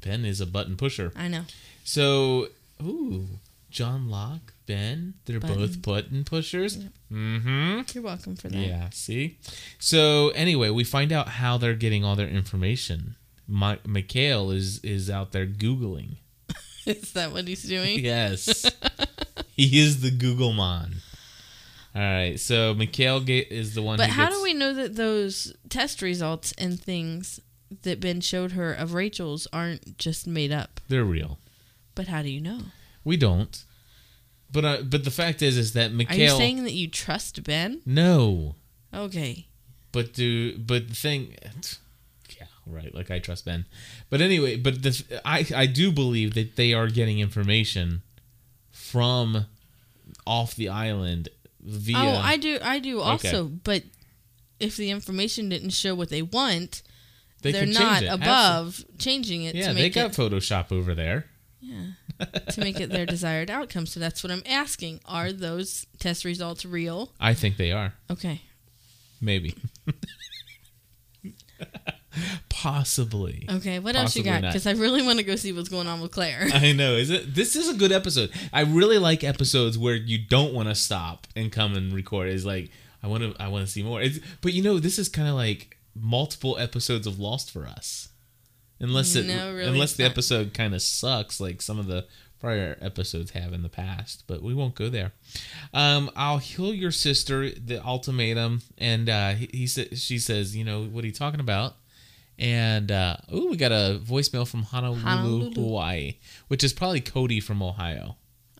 Speaker 1: Ben is a button pusher.
Speaker 6: I know.
Speaker 1: So, ooh, John Locke, Ben, they're
Speaker 6: Button.
Speaker 1: both button pushers.
Speaker 6: You're welcome for that.
Speaker 1: Yeah, see? So anyway, we find out how they're getting all their information. My, Mikhail is is out there Googling.
Speaker 6: Is that what he's doing?
Speaker 1: Yes. he is the Google mon. All right, so Mikhail ga- is the one
Speaker 6: But
Speaker 1: who
Speaker 6: how
Speaker 1: gets,
Speaker 6: do we know that those test results and things that Ben showed her of Rachel's aren't just made up?
Speaker 1: they're real.
Speaker 6: But how do you know?
Speaker 1: We don't. But uh, but the fact is is that
Speaker 6: Are
Speaker 1: Mikhail
Speaker 6: you saying that you trust Ben?
Speaker 1: No.
Speaker 6: Okay.
Speaker 1: But do but the thing, yeah, right. Like I trust Ben, but anyway, but the I I do believe that they are getting information from off the island via.
Speaker 6: Oh, I do. I do also. But if the information didn't show what they want,
Speaker 1: they
Speaker 6: are
Speaker 1: can change
Speaker 6: not
Speaker 1: it.
Speaker 6: above
Speaker 1: Absolutely.
Speaker 6: changing it.
Speaker 1: Yeah,
Speaker 6: to
Speaker 1: they
Speaker 6: make
Speaker 1: got
Speaker 6: it,
Speaker 1: Photoshop over there.
Speaker 6: to make it their desired outcome. So that's what I'm asking. Are those test results real?
Speaker 1: I think they are.
Speaker 6: Okay.
Speaker 1: Maybe. Possibly.
Speaker 6: Okay. What else you
Speaker 1: Possibly
Speaker 6: got?
Speaker 1: not.
Speaker 6: Because I really want to go see what's going on with Claire.
Speaker 1: I know. Is it? This is a good episode. I really like episodes where you don't want to stop and come and record. It's like I want to. I want to see more. It's, but you know, this is kind of like multiple episodes of Lost for us, unless it
Speaker 6: No, really,
Speaker 1: unless
Speaker 6: it's
Speaker 1: the
Speaker 6: not.
Speaker 1: episode kind of sucks, like some of the prior episodes have in the past. But we won't go there. Um, I'll heal your sister. The ultimatum, and uh, he, he said, she says, you know, what are you talking about? And uh, oh, we got a voicemail from Honolulu,
Speaker 6: Honolulu.
Speaker 1: Hawaii, which is probably Cody from Ohio.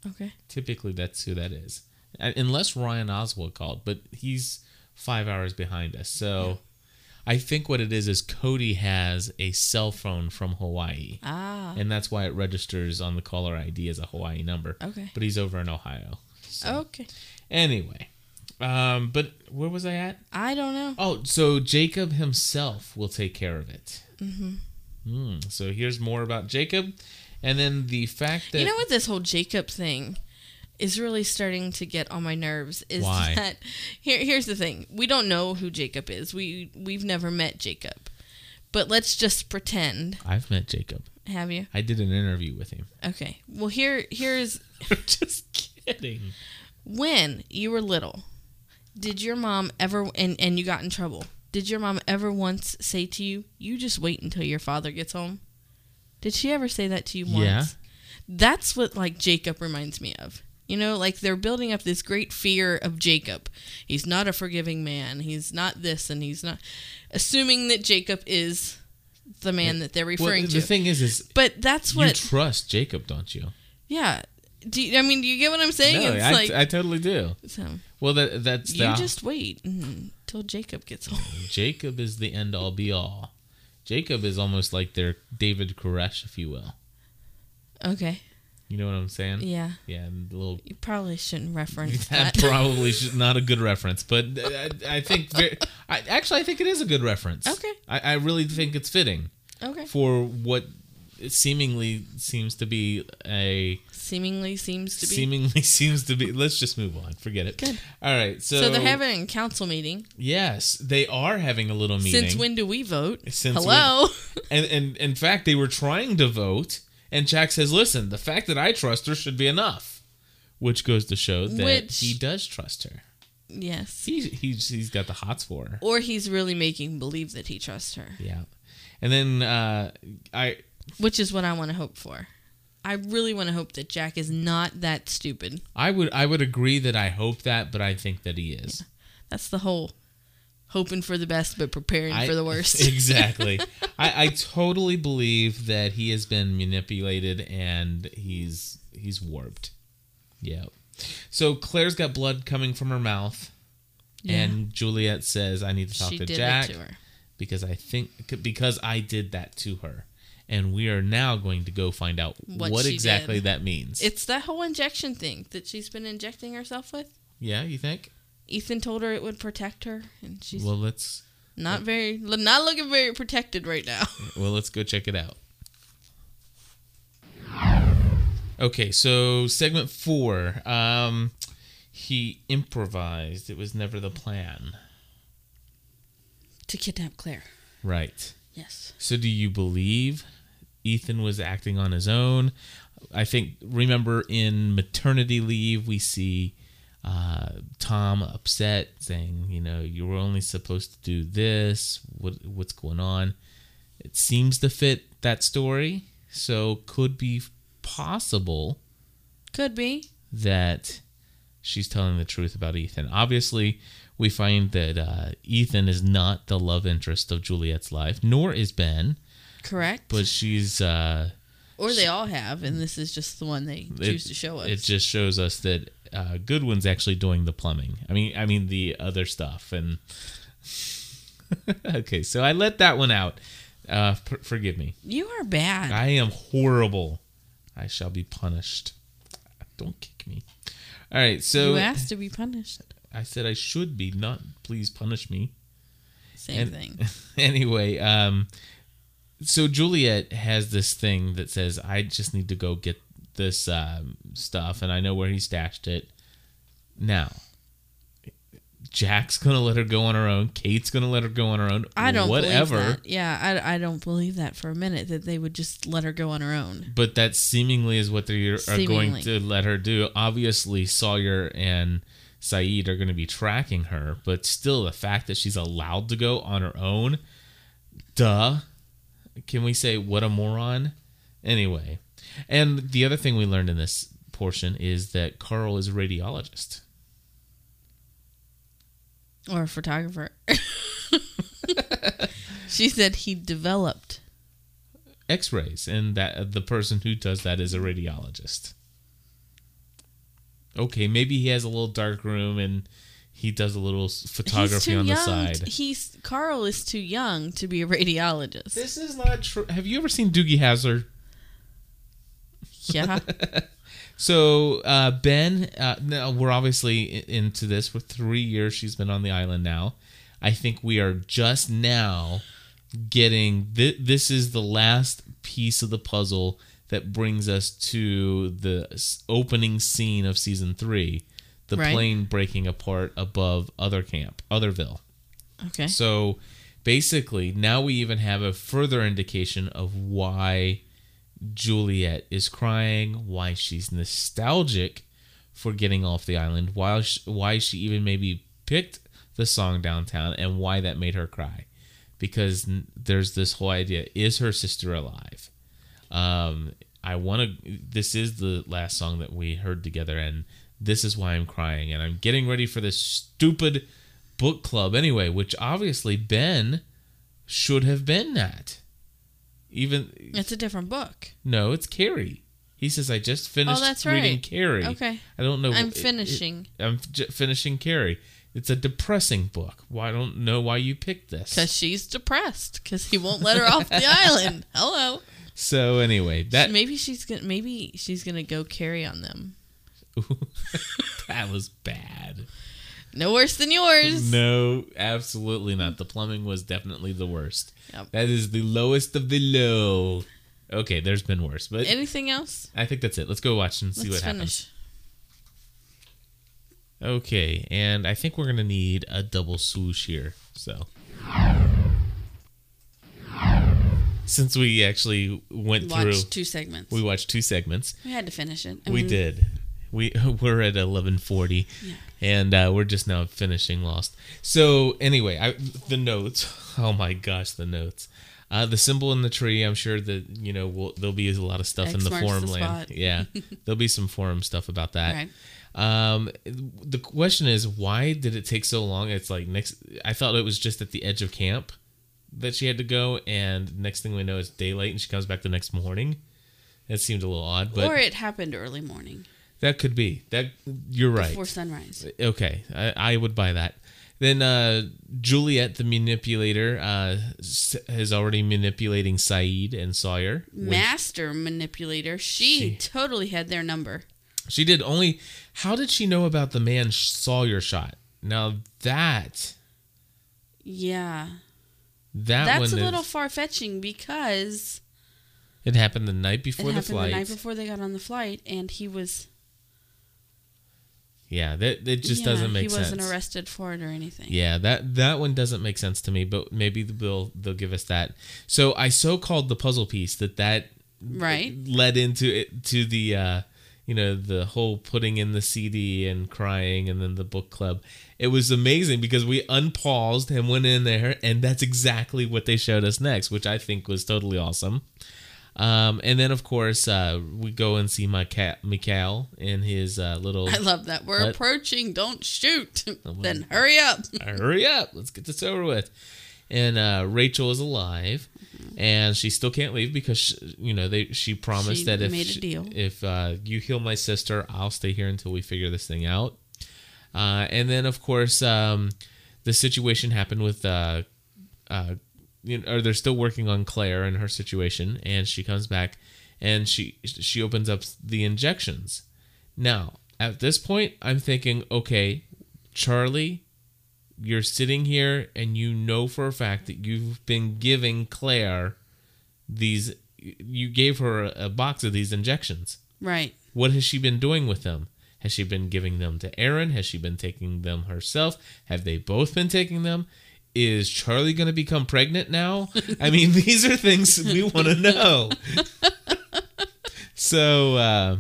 Speaker 6: Okay.
Speaker 1: Typically, that's who that is, Uh, unless Ryan Oswald called, but he's five hours behind us. So, I think what it is is Cody has a cell phone from Hawaii,
Speaker 6: Ah.
Speaker 1: and that's why it registers on the caller ID as a Hawaii number.
Speaker 6: Okay.
Speaker 1: but he's over in Ohio.
Speaker 6: Okay.
Speaker 1: Anyway, um, but where was I at?
Speaker 6: I don't know.
Speaker 1: Oh, so Jacob himself will take care of it. Mm-hmm. so here's more about Jacob, and then the fact that
Speaker 6: You know what this whole Jacob thing is really starting to get on my nerves is
Speaker 1: Why?
Speaker 6: that here here's the thing. We don't know who Jacob is. We we've never met Jacob. But let's just pretend.
Speaker 1: I've met Jacob.
Speaker 6: Have you?
Speaker 1: I did an interview with him.
Speaker 6: Okay. Well here here's
Speaker 1: Just kidding.
Speaker 6: when you were little, did your mom ever and, and you got in trouble, did your mom ever once say to you, You just wait until your father gets home? Did she ever say that to you once?
Speaker 1: Yeah.
Speaker 6: That's what like Jacob reminds me of. You know, like they're building up this great fear of Jacob. He's not a forgiving man. He's not this and he's not assuming that Jacob is the man that they're
Speaker 1: Well,
Speaker 6: referring
Speaker 1: the
Speaker 6: to.
Speaker 1: thing is, is
Speaker 6: but that's
Speaker 1: you
Speaker 6: what
Speaker 1: trust Jacob, don't you?
Speaker 6: yeah. Do you, I mean, do you get what I'm saying?
Speaker 1: No,
Speaker 6: it's
Speaker 1: I,
Speaker 6: like
Speaker 1: I totally do.
Speaker 6: so.
Speaker 1: Well, that that's
Speaker 6: You
Speaker 1: the
Speaker 6: just wait until Jacob gets home.
Speaker 1: Jacob is the end all be all. Jacob is almost like their David Koresh, if you will.
Speaker 6: Okay.
Speaker 1: You know what I'm saying?
Speaker 6: Yeah.
Speaker 1: Yeah, and the little
Speaker 6: You probably shouldn't reference
Speaker 1: That
Speaker 6: that.
Speaker 1: probably is not a good reference, but I, I think ver I, actually I think it is a good reference.
Speaker 6: Okay.
Speaker 1: I, I really think it's fitting
Speaker 6: okay.
Speaker 1: for what seemingly seems to be a
Speaker 6: Seemingly seems to be.
Speaker 1: seemingly seems to be. Let's just move on. Forget it.
Speaker 6: Good.
Speaker 1: All right. So,
Speaker 6: so, they're having a council meeting.
Speaker 1: yes, they are having a little meeting.
Speaker 6: Since when do we vote?
Speaker 1: Since
Speaker 6: Hello.
Speaker 1: And and in fact, they were trying to vote, and Jack says, "Listen, the fact that I trust her should be enough," which goes to show that
Speaker 6: Which-
Speaker 1: he does trust her.
Speaker 6: yes.
Speaker 1: He, he's, he's got the hots for her.
Speaker 6: Or he's really making believe that he trusts her,
Speaker 1: Yeah. And then uh, I
Speaker 6: which is what I want to hope for. I really want to hope that Jack is not that stupid.
Speaker 1: I would I would agree that I hope that, but I think that he is.
Speaker 6: That's the whole hoping for the best but preparing
Speaker 1: I-
Speaker 6: for the worst.
Speaker 1: exactly. I, I totally believe that he has been manipulated and he's he's warped. Yeah. So Claire's got blood coming from her mouth. And Juliet says, "I need to talk
Speaker 6: she
Speaker 1: to
Speaker 6: did
Speaker 1: Jack
Speaker 6: it to her.
Speaker 1: because I think because I did that to her, and we are now going to go find out what,
Speaker 6: What she
Speaker 1: exactly
Speaker 6: did.
Speaker 1: that means."
Speaker 6: It's that whole injection thing that she's been injecting herself with.
Speaker 1: yeah, you think?
Speaker 6: Ethan told her it would protect her, and she's
Speaker 1: Well, uh, let's
Speaker 6: not very, not looking very protected right now.
Speaker 1: Well, let's go check it out. Okay, so segment four. Um, he improvised. It was never the plan.
Speaker 6: to kidnap Claire.
Speaker 1: Right.
Speaker 6: Yes.
Speaker 1: So do you believe Ethan was acting on his own? I think remember in maternity leave we see uh, Tom upset saying, you know, you were only supposed to do this. What what's going on? It seems to fit that story. So could be possible
Speaker 6: Could be.
Speaker 1: that she's telling the truth about Ethan. Obviously, we find that uh, Ethan is not the love interest of Juliet's life, nor is Ben,
Speaker 6: Correct.
Speaker 1: but she's. Uh,
Speaker 6: or they all have, and this is just the one they choose to show us.
Speaker 1: It just shows us that uh, Goodwin's actually doing the plumbing. I mean, I mean the other stuff. And okay, so I let that one out. Uh, p- forgive me.
Speaker 6: you are bad.
Speaker 1: I am horrible. I shall be punished. Don't kick me. All right, so
Speaker 6: you asked to be punished.
Speaker 1: I said I should be, not please punish me.
Speaker 6: Same
Speaker 1: And-
Speaker 6: thing.
Speaker 1: anyway, um, so Juliet has this thing that says, I just need to go get this um, stuff, and I know where he stashed it. Now, Jack's going to let her go on her own. Kate's going to let her go on her own.
Speaker 6: I don't
Speaker 1: Whatever.
Speaker 6: believe that. Yeah, I, I don't believe that for a minute that they would just let her go on her own.
Speaker 1: But that seemingly is what they are going
Speaker 6: Seemingly.
Speaker 1: to let her do. Obviously, Sawyer and Saeed are going to be tracking her, but still, the fact that she's allowed to go on her own, duh. Can we say what a moron? Anyway, and the other thing we learned in this portion is that Carl is a radiologist.
Speaker 6: Or a photographer. she said he developed.
Speaker 1: X-rays, and that uh, the person who does that is a radiologist. Okay, maybe he has a little dark room and he does a little s-
Speaker 6: He's
Speaker 1: photography
Speaker 6: too
Speaker 1: on the
Speaker 6: young.
Speaker 1: side.
Speaker 6: He's Carl is too young to be a radiologist.
Speaker 1: This is not true. Have you ever seen Doogie Hazard?
Speaker 6: yeah.
Speaker 1: So uh, Ben, uh, no, we're obviously i- into this. For three years, she's been on the island now. I think we are just now getting. Th- this is the last piece of the puzzle that brings us to the s- opening scene of season three, the
Speaker 6: Right.
Speaker 1: plane breaking apart above other camp, Otherville.
Speaker 6: Okay.
Speaker 1: So basically, now we even have a further indication of why Juliet is crying, why she's nostalgic for getting off the island, why she, why she even maybe picked the song downtown, and why that made her cry. Because n- there's this whole idea: is her sister alive? Um, I want to. This is the last song that we heard together, and this is why I'm crying, and I'm getting ready for this stupid book club anyway, which obviously Ben should have been at. Even
Speaker 6: It's a different book.
Speaker 1: no, it's Carrie. He says, "I just finished
Speaker 6: Oh, that's
Speaker 1: reading
Speaker 6: right.
Speaker 1: Carrie."
Speaker 6: Okay.
Speaker 1: I don't know.
Speaker 6: I'm
Speaker 1: it- it-
Speaker 6: finishing.
Speaker 1: I'm j- finishing Carrie. It's a depressing book. Why I don't know why you picked this.
Speaker 6: Because she's depressed. Because he won't let her off the island. Hello.
Speaker 1: So anyway, that
Speaker 6: maybe she's gonna. Maybe she's gonna go carry on them.
Speaker 1: that was bad.
Speaker 6: No worse than yours.
Speaker 1: No, absolutely not. The plumbing was definitely the worst.
Speaker 6: Yep.
Speaker 1: That is the lowest of the low. Okay, there's been worse, but
Speaker 6: Anything else?
Speaker 1: I think that's it. Let's go watch and see what
Speaker 6: Let's
Speaker 1: happens.
Speaker 6: finish.
Speaker 1: Okay, and I think we're gonna need a double swoosh here. So, since we actually went through,
Speaker 4: Watched two segments.
Speaker 1: we
Speaker 4: We,
Speaker 1: watched two segments.
Speaker 4: had to finish it. I
Speaker 1: We
Speaker 4: mean,
Speaker 1: did. We we're at eleven forty, and uh, we're just now finishing Lost. So anyway, I, the notes. Oh my gosh, the notes. Uh, the symbol in the tree. I'm sure that you know we'll, there'll be a lot of stuff in
Speaker 4: X
Speaker 1: the
Speaker 4: marks the
Speaker 1: forum land.
Speaker 4: spot.
Speaker 1: Yeah, there'll be some forum stuff about that.
Speaker 4: Right.
Speaker 1: Um, the question is, why did it take so long? It's like next. I thought it was just at the edge of camp that she had to go, and next thing we know, it's daylight, and she comes back the next morning. That seemed a little odd, but
Speaker 4: or it happened early morning
Speaker 1: that could be. That you're right.
Speaker 4: before sunrise.
Speaker 1: Okay, I, I would buy that. Then uh, Juliet, the manipulator, uh, s- is already manipulating Saeed and Sawyer.
Speaker 4: Master manipulator. She,
Speaker 1: She-
Speaker 4: totally had their number.
Speaker 1: She did only. How did she know about the man Sawyer shot? Now that
Speaker 4: Yeah.
Speaker 1: that
Speaker 4: That's a
Speaker 1: one is-
Speaker 4: little far fetching because
Speaker 1: It happened the night
Speaker 4: it
Speaker 1: before the
Speaker 4: happened
Speaker 1: flight.
Speaker 4: the night before they got on the flight and he was
Speaker 1: Yeah, that it just
Speaker 6: Yeah,
Speaker 1: doesn't make
Speaker 6: he
Speaker 1: sense.
Speaker 6: wasn't arrested for it or anything.
Speaker 1: Yeah, that that one doesn't make sense to me, but maybe they'll they'll give us that. So I so called the puzzle piece that that
Speaker 6: Right.
Speaker 1: led into it to the uh, you know the whole putting in the CD and crying and then the book club. It was amazing because we unpaused and went in there, and that's exactly what they showed us next, which I think was totally awesome. Um, and then of course uh, we go and see my cat Mikhail in his uh, little.
Speaker 6: I love that. We're
Speaker 1: But-
Speaker 6: approaching. Don't shoot. then hurry up.
Speaker 1: hurry up let's get this over with and uh, rachel is alive
Speaker 6: Mm-hmm.
Speaker 1: and she still can't leave because she, you know they she promised
Speaker 6: She
Speaker 1: that if
Speaker 6: made a
Speaker 1: she-
Speaker 6: deal.
Speaker 1: if uh, you heal my sister i'll stay here until we figure this thing out uh, and then of course um, the situation happened with uh, uh, you know, or they're still working on claire and her situation and she comes back and she she opens up the injections now at this point i'm thinking okay charlie you're sitting here and you know for a fact that you've been giving Claire these you gave her a, a box of these injections.
Speaker 6: Right.
Speaker 1: What has she been doing with them? Has she been giving them to Aaron? Has she been taking them herself? Have they both been taking them? Is Charlie going to become pregnant now? I mean, these are things we want to know. so, uh,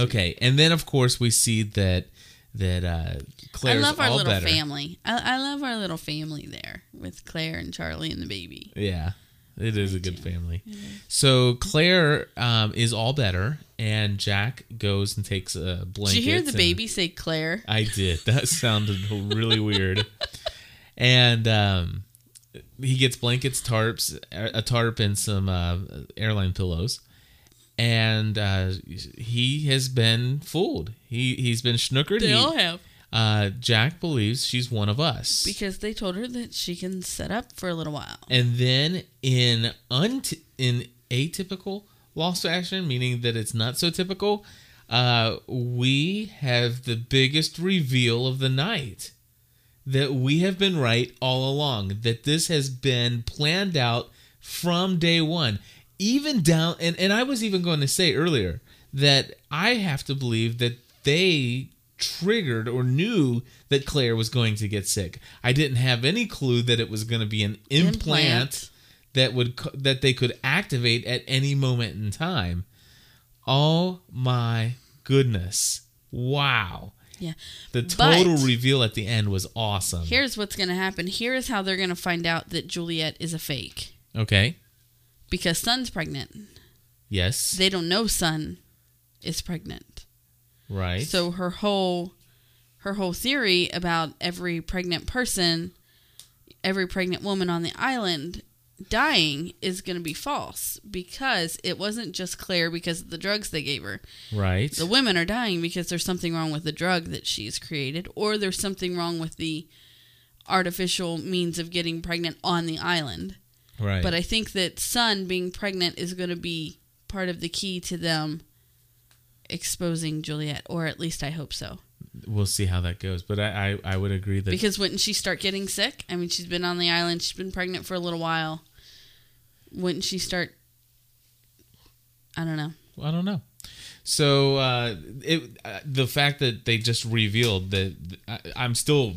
Speaker 1: okay, and then of course we see that that uh, Claire's
Speaker 6: I love our
Speaker 1: all
Speaker 6: little
Speaker 1: better.
Speaker 6: family. I, I love our little family there with Claire and Charlie and the baby.
Speaker 1: Yeah, it is a good family. So Claire um, is all better, and Jack goes and takes a blanket.
Speaker 6: Did you hear the
Speaker 1: and-
Speaker 6: baby say Claire?
Speaker 1: I did. That sounded really weird. And um, he gets blankets, tarps, a tarp, and some uh, airline pillows. And uh, he has been fooled. He he's been schnookered.
Speaker 6: They
Speaker 1: He-
Speaker 6: all have.
Speaker 1: Uh, Jack believes she's one of us.
Speaker 6: Because they told her that she can set up for a little while.
Speaker 1: And then in unt in atypical loss fashion, meaning that it's not so typical, uh, we have the biggest reveal of the night. That we have been right all along. That this has been planned out from day one. Even down and, and I was even going to say earlier that I have to believe that they triggered or knew that Claire was going to get sick. I didn't have any clue that it was going to be an implant
Speaker 6: Implant.
Speaker 1: that would co- that they could activate at any moment in time. Oh my goodness. Wow.
Speaker 6: Yeah.
Speaker 1: The
Speaker 6: But-
Speaker 1: total reveal at the end was awesome.
Speaker 6: Here's what's going to happen. Here is how they're going to find out that Juliet is a fake.
Speaker 1: okay.
Speaker 6: Because Sun's pregnant.
Speaker 1: Yes.
Speaker 6: They don't know Sun is pregnant.
Speaker 1: right.
Speaker 6: So her whole her whole theory about every pregnant person, every pregnant woman on the island dying is going to be false because it wasn't just Claire because of the drugs they gave her.
Speaker 1: right.
Speaker 6: The women are dying because there's something wrong with the drug that she's created or there's something wrong with the artificial means of getting pregnant on the island.
Speaker 1: right.
Speaker 6: But I think that Sun being pregnant is going to be part of the key to them exposing Juliet, or at least I hope so.
Speaker 1: we'll see how that goes. But I I, I would agree that
Speaker 6: Because wouldn't she start getting sick? I mean, she's been on the island, she's been pregnant for a little while. Wouldn't she start? I don't know.
Speaker 1: I don't know. So uh, it uh, the fact that they just revealed that I, I'm still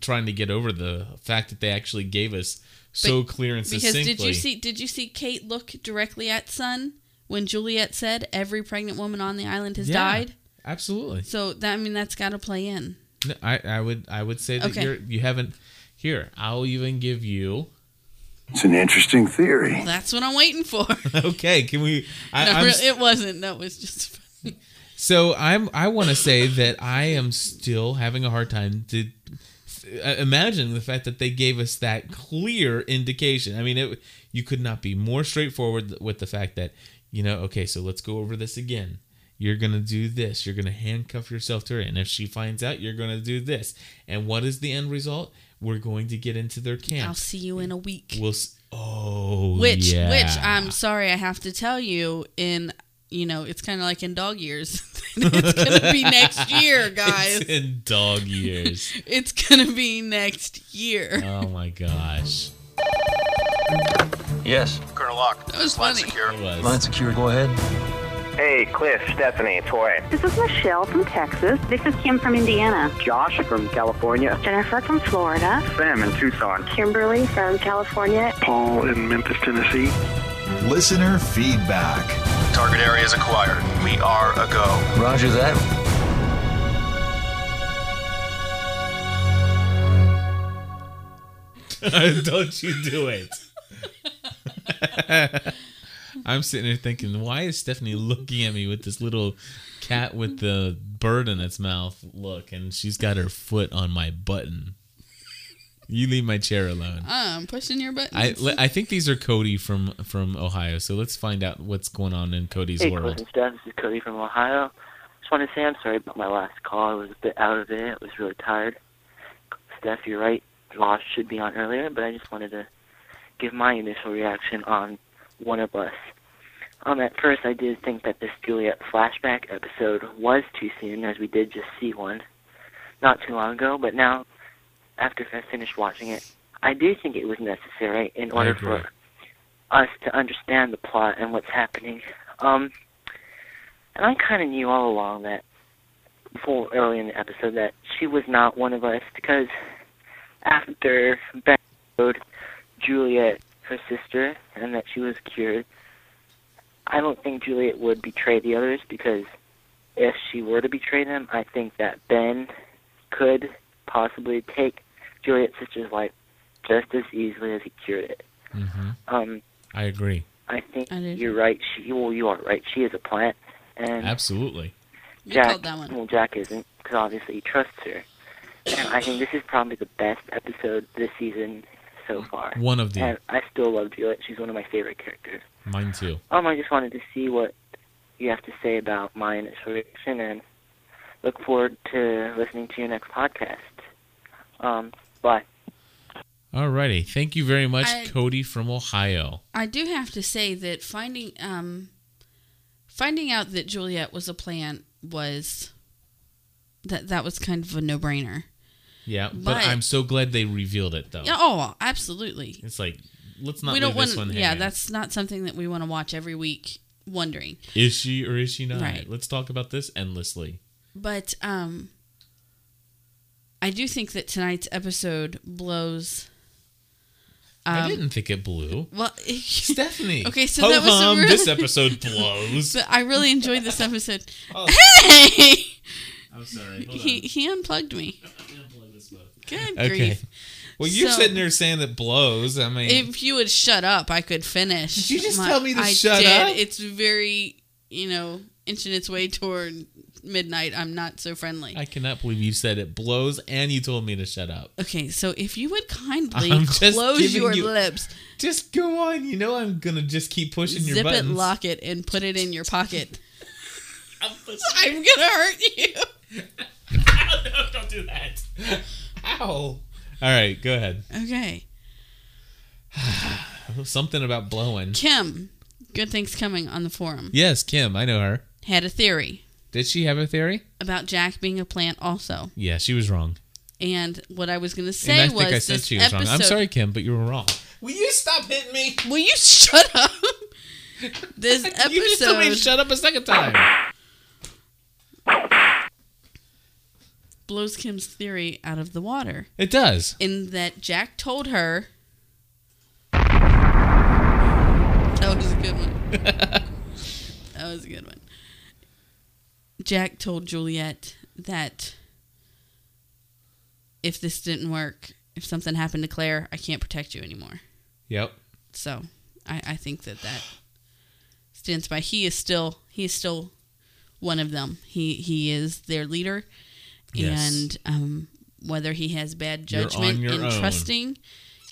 Speaker 1: trying to get over the fact that they actually gave us so
Speaker 6: But-
Speaker 1: clear and
Speaker 6: Because
Speaker 1: succinctly.
Speaker 6: did you see? Did you see Kate look directly at Sun when Juliet said every pregnant woman on the island has
Speaker 1: Yeah,
Speaker 6: died?
Speaker 1: Absolutely.
Speaker 6: So that I mean, that's got to play in.
Speaker 1: No, I I would I would say that
Speaker 6: Okay.
Speaker 1: you're, you haven't. Here, I'll even give you.
Speaker 9: It's an interesting theory.
Speaker 6: That's what I'm waiting for.
Speaker 1: Okay, can we? I,
Speaker 6: No,
Speaker 1: I'm
Speaker 6: really,
Speaker 1: s-
Speaker 6: it wasn't. That was just.
Speaker 1: So I'm I want to say that I am still having a hard time to uh, imagine the fact that they gave us that clear indication. I mean, it, you could not be more straightforward with the fact that you know, okay, so let's go over this again. You're gonna do this. You're gonna handcuff yourself to her, and if she finds out, you're gonna do this. And what is the end result? We're going to get into their camp.
Speaker 6: I'll see you in a week.
Speaker 1: We'll. s- Oh,
Speaker 6: Which, um,
Speaker 1: yeah.
Speaker 6: which I'm sorry, I have to tell you, in you know, it's kind of like in dog years. it's gonna be next year, guys.
Speaker 1: It's in dog years.
Speaker 6: It's gonna be next year.
Speaker 1: oh my gosh,
Speaker 10: Yes.
Speaker 11: Colonel Locke,
Speaker 6: That was funny.
Speaker 1: Oh.
Speaker 11: secure.
Speaker 1: it was.
Speaker 10: Line secure, go ahead.
Speaker 12: Hey, Cliff, Stephanie, Tori.
Speaker 13: This is Michelle from Texas. This is Kim from Indiana.
Speaker 14: Josh from California.
Speaker 13: Jennifer from Florida.
Speaker 15: Sam in Tucson.
Speaker 16: Kimberly from California.
Speaker 17: Paul in Memphis, Tennessee.
Speaker 5: Listener feedback.
Speaker 18: Target area is acquired. We are a go.
Speaker 19: Roger that.
Speaker 1: Don't you do it. I'm sitting here thinking, why is Stephanie looking at me with this little cat with the bird in its mouth look, and she's got her foot on my button. You leave my chair alone.
Speaker 6: I'm Um, pushing your button.
Speaker 1: I, I think these are Cody from from Ohio. So let's find out what's going on in Cody's
Speaker 10: hey,
Speaker 1: world.
Speaker 10: Hey, Steph, this is Cody from Ohio. Just want to say I'm sorry about my last call. I was a bit out of it. I was really tired. Steph, you're right. Lost should be on earlier, but I just wanted to give my initial reaction on one of us. Um, at first, I did think that this Juliet flashback episode was too soon, as we did just see one not too long ago. But now, after I finished watching it, I do think it was necessary in order for us to understand the plot and what's happening. Um, and I kind of knew all along that, before early in the episode, that she was not one of us because after Ben showed Juliet her sister and that she was cured. I don't think Juliet would betray the others because if she were to betray them, I think that Ben could possibly take Juliet's sister's life just as easily as he cured it.
Speaker 1: Mm-hmm.
Speaker 10: Um,
Speaker 1: I agree.
Speaker 10: I think I you're right. She, well, you are right. She is a plant, and
Speaker 1: absolutely.
Speaker 10: Jack, well, Jack isn't because obviously he trusts her. And I think this is probably the best episode this season so far.
Speaker 1: One of the.
Speaker 10: And I still love Juliet. She's one of my favorite characters.
Speaker 1: Mine too.
Speaker 10: Um, I just wanted to see what you have to say about my initial reaction, and look forward to listening to your next podcast. Um, bye.
Speaker 1: Alrighty, thank you very much,
Speaker 6: I-
Speaker 1: Cody from Ohio.
Speaker 6: I do have to say that finding um, finding out that Juliet was a plant was that that was kind of a no brainer.
Speaker 1: Yeah, but,
Speaker 6: But-
Speaker 1: I'm so glad they revealed it though.
Speaker 6: Yeah, oh, absolutely.
Speaker 1: It's like let's not
Speaker 6: we
Speaker 1: leave
Speaker 6: don't want.
Speaker 1: this one.
Speaker 6: Yeah,
Speaker 1: hanging.
Speaker 6: that's not something that we want to watch every week, wondering.
Speaker 1: is she or is she not?
Speaker 6: Right.
Speaker 1: Let's talk about this endlessly.
Speaker 6: But um, I do think that tonight's episode blows.
Speaker 1: I didn't think it blew.
Speaker 6: Well,
Speaker 1: Stephanie.
Speaker 6: Um, Okay, so that was a
Speaker 1: Ho-hum,
Speaker 6: really-
Speaker 1: this episode blows.
Speaker 6: but I really enjoyed this episode. Hey,
Speaker 1: Oh. I'm sorry.
Speaker 6: he he unplugged me. Good
Speaker 1: Okay.
Speaker 6: grief!
Speaker 1: Well, you're
Speaker 6: So-
Speaker 1: sitting there saying it blows. I mean,
Speaker 6: If you would shut up, I could finish.
Speaker 1: Did you just tell me to
Speaker 6: I
Speaker 1: shut
Speaker 6: did.
Speaker 1: up?
Speaker 6: It's very, you know, inching its way toward midnight. I'm not so friendly.
Speaker 1: I cannot believe you said it blows and you told me to shut up.
Speaker 6: Okay, so if you would kindly
Speaker 1: I'm just
Speaker 6: close
Speaker 1: giving
Speaker 6: your
Speaker 1: you-
Speaker 6: lips,
Speaker 1: Just go on. You know I'm going to just keep pushing your
Speaker 6: zip it,
Speaker 1: buttons.
Speaker 6: lock it, and put it in your pocket. I'm gonna hurt you.
Speaker 1: no, don't do that. Ow. All right, go ahead.
Speaker 6: Okay,
Speaker 1: Something about blowing.
Speaker 6: Kim. Good things coming on the forum.
Speaker 1: Yes, Kim. I know her.
Speaker 6: Had a theory
Speaker 1: Did she have a theory?
Speaker 6: about Jack being a plant, also.
Speaker 1: Yeah, she was wrong.
Speaker 6: And what I was gonna say
Speaker 1: And I
Speaker 6: was
Speaker 1: think I said
Speaker 6: this
Speaker 1: she was
Speaker 6: episode.
Speaker 1: wrong. I'm sorry, Kim, but you were wrong.
Speaker 6: Will you stop hitting me? Will you shut up? this episode.
Speaker 1: You just told me to shut up a second time.
Speaker 6: blows Kim's theory out of the water
Speaker 1: It does.
Speaker 6: in that Jack told her. That was a good one. that was a good one. Jack told Juliet that if this didn't work, if something happened to Claire, I can't protect you anymore.
Speaker 1: Yep.
Speaker 6: So I, I think that that stands by. He is still he is still one of them. He he is their leader,
Speaker 1: Yes.
Speaker 6: and um, whether he has bad
Speaker 1: You're on
Speaker 6: judgment
Speaker 1: your
Speaker 6: in
Speaker 1: own.
Speaker 6: trusting,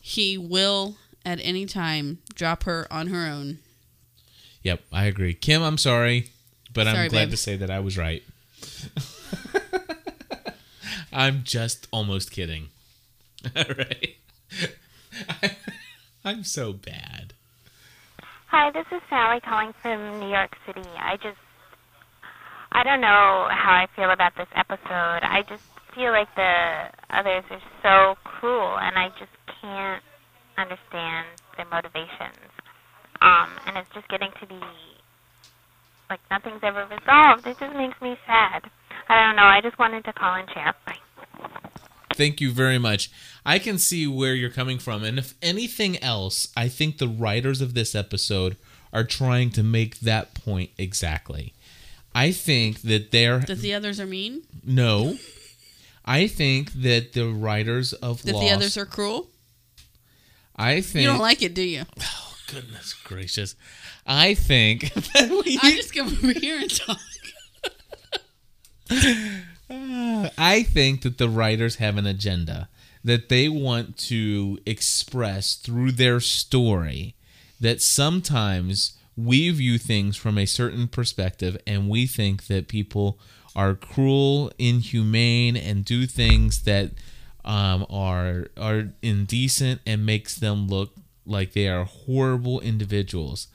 Speaker 6: he will at any time drop her on her own.
Speaker 1: Yep, I agree. Kim, I'm sorry, but I'm
Speaker 6: Sorry,
Speaker 1: glad
Speaker 6: babe.
Speaker 1: to say that I was right. I'm just almost kidding. All right. I'm so bad.
Speaker 16: Hi, this is Sally calling from New York City. I just, I don't know how I feel about this episode. I just feel like the others are so cruel, and I just can't understand their motivations. Um, and it's just getting to be like nothing's ever resolved. It just makes me sad. I don't know. I just wanted to call and share. Bye.
Speaker 1: Thank you very much. I can see where you're coming from. And if anything else, I think the writers of this episode are trying to make that point exactly. I think that they're.
Speaker 6: That the others are mean?
Speaker 1: No. I think that the writers of
Speaker 6: That
Speaker 1: Lost.
Speaker 6: the others are cruel?
Speaker 1: I think.
Speaker 6: You don't like it, do you?
Speaker 1: Oh, goodness gracious. I think that we.
Speaker 6: I just come over here and talk.
Speaker 1: Uh, I think that the writers have an agenda that they want to express through their story that sometimes we view things from a certain perspective and we think that people are cruel, inhumane, and do things that um, are are indecent and makes them look like they are horrible individuals.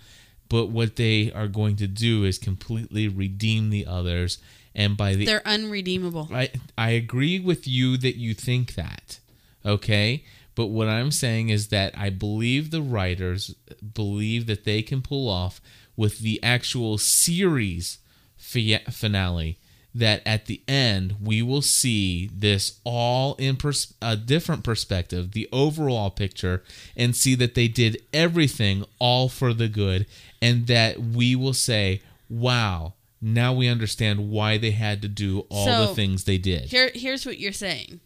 Speaker 1: But what they are going to do is completely redeem the others, and by the
Speaker 6: They're unredeemable.
Speaker 1: I I agree with you that you think that. Okay? But what I'm saying is that I believe the writers believe that they can pull off with the actual series fi- finale that at the end we will see this all in pers- a different perspective, the overall picture and see that they did everything all for the good and that we will say, "Wow, now we understand why they had to do all the
Speaker 6: So,
Speaker 1: things they did."
Speaker 6: Here, here's what you're saying.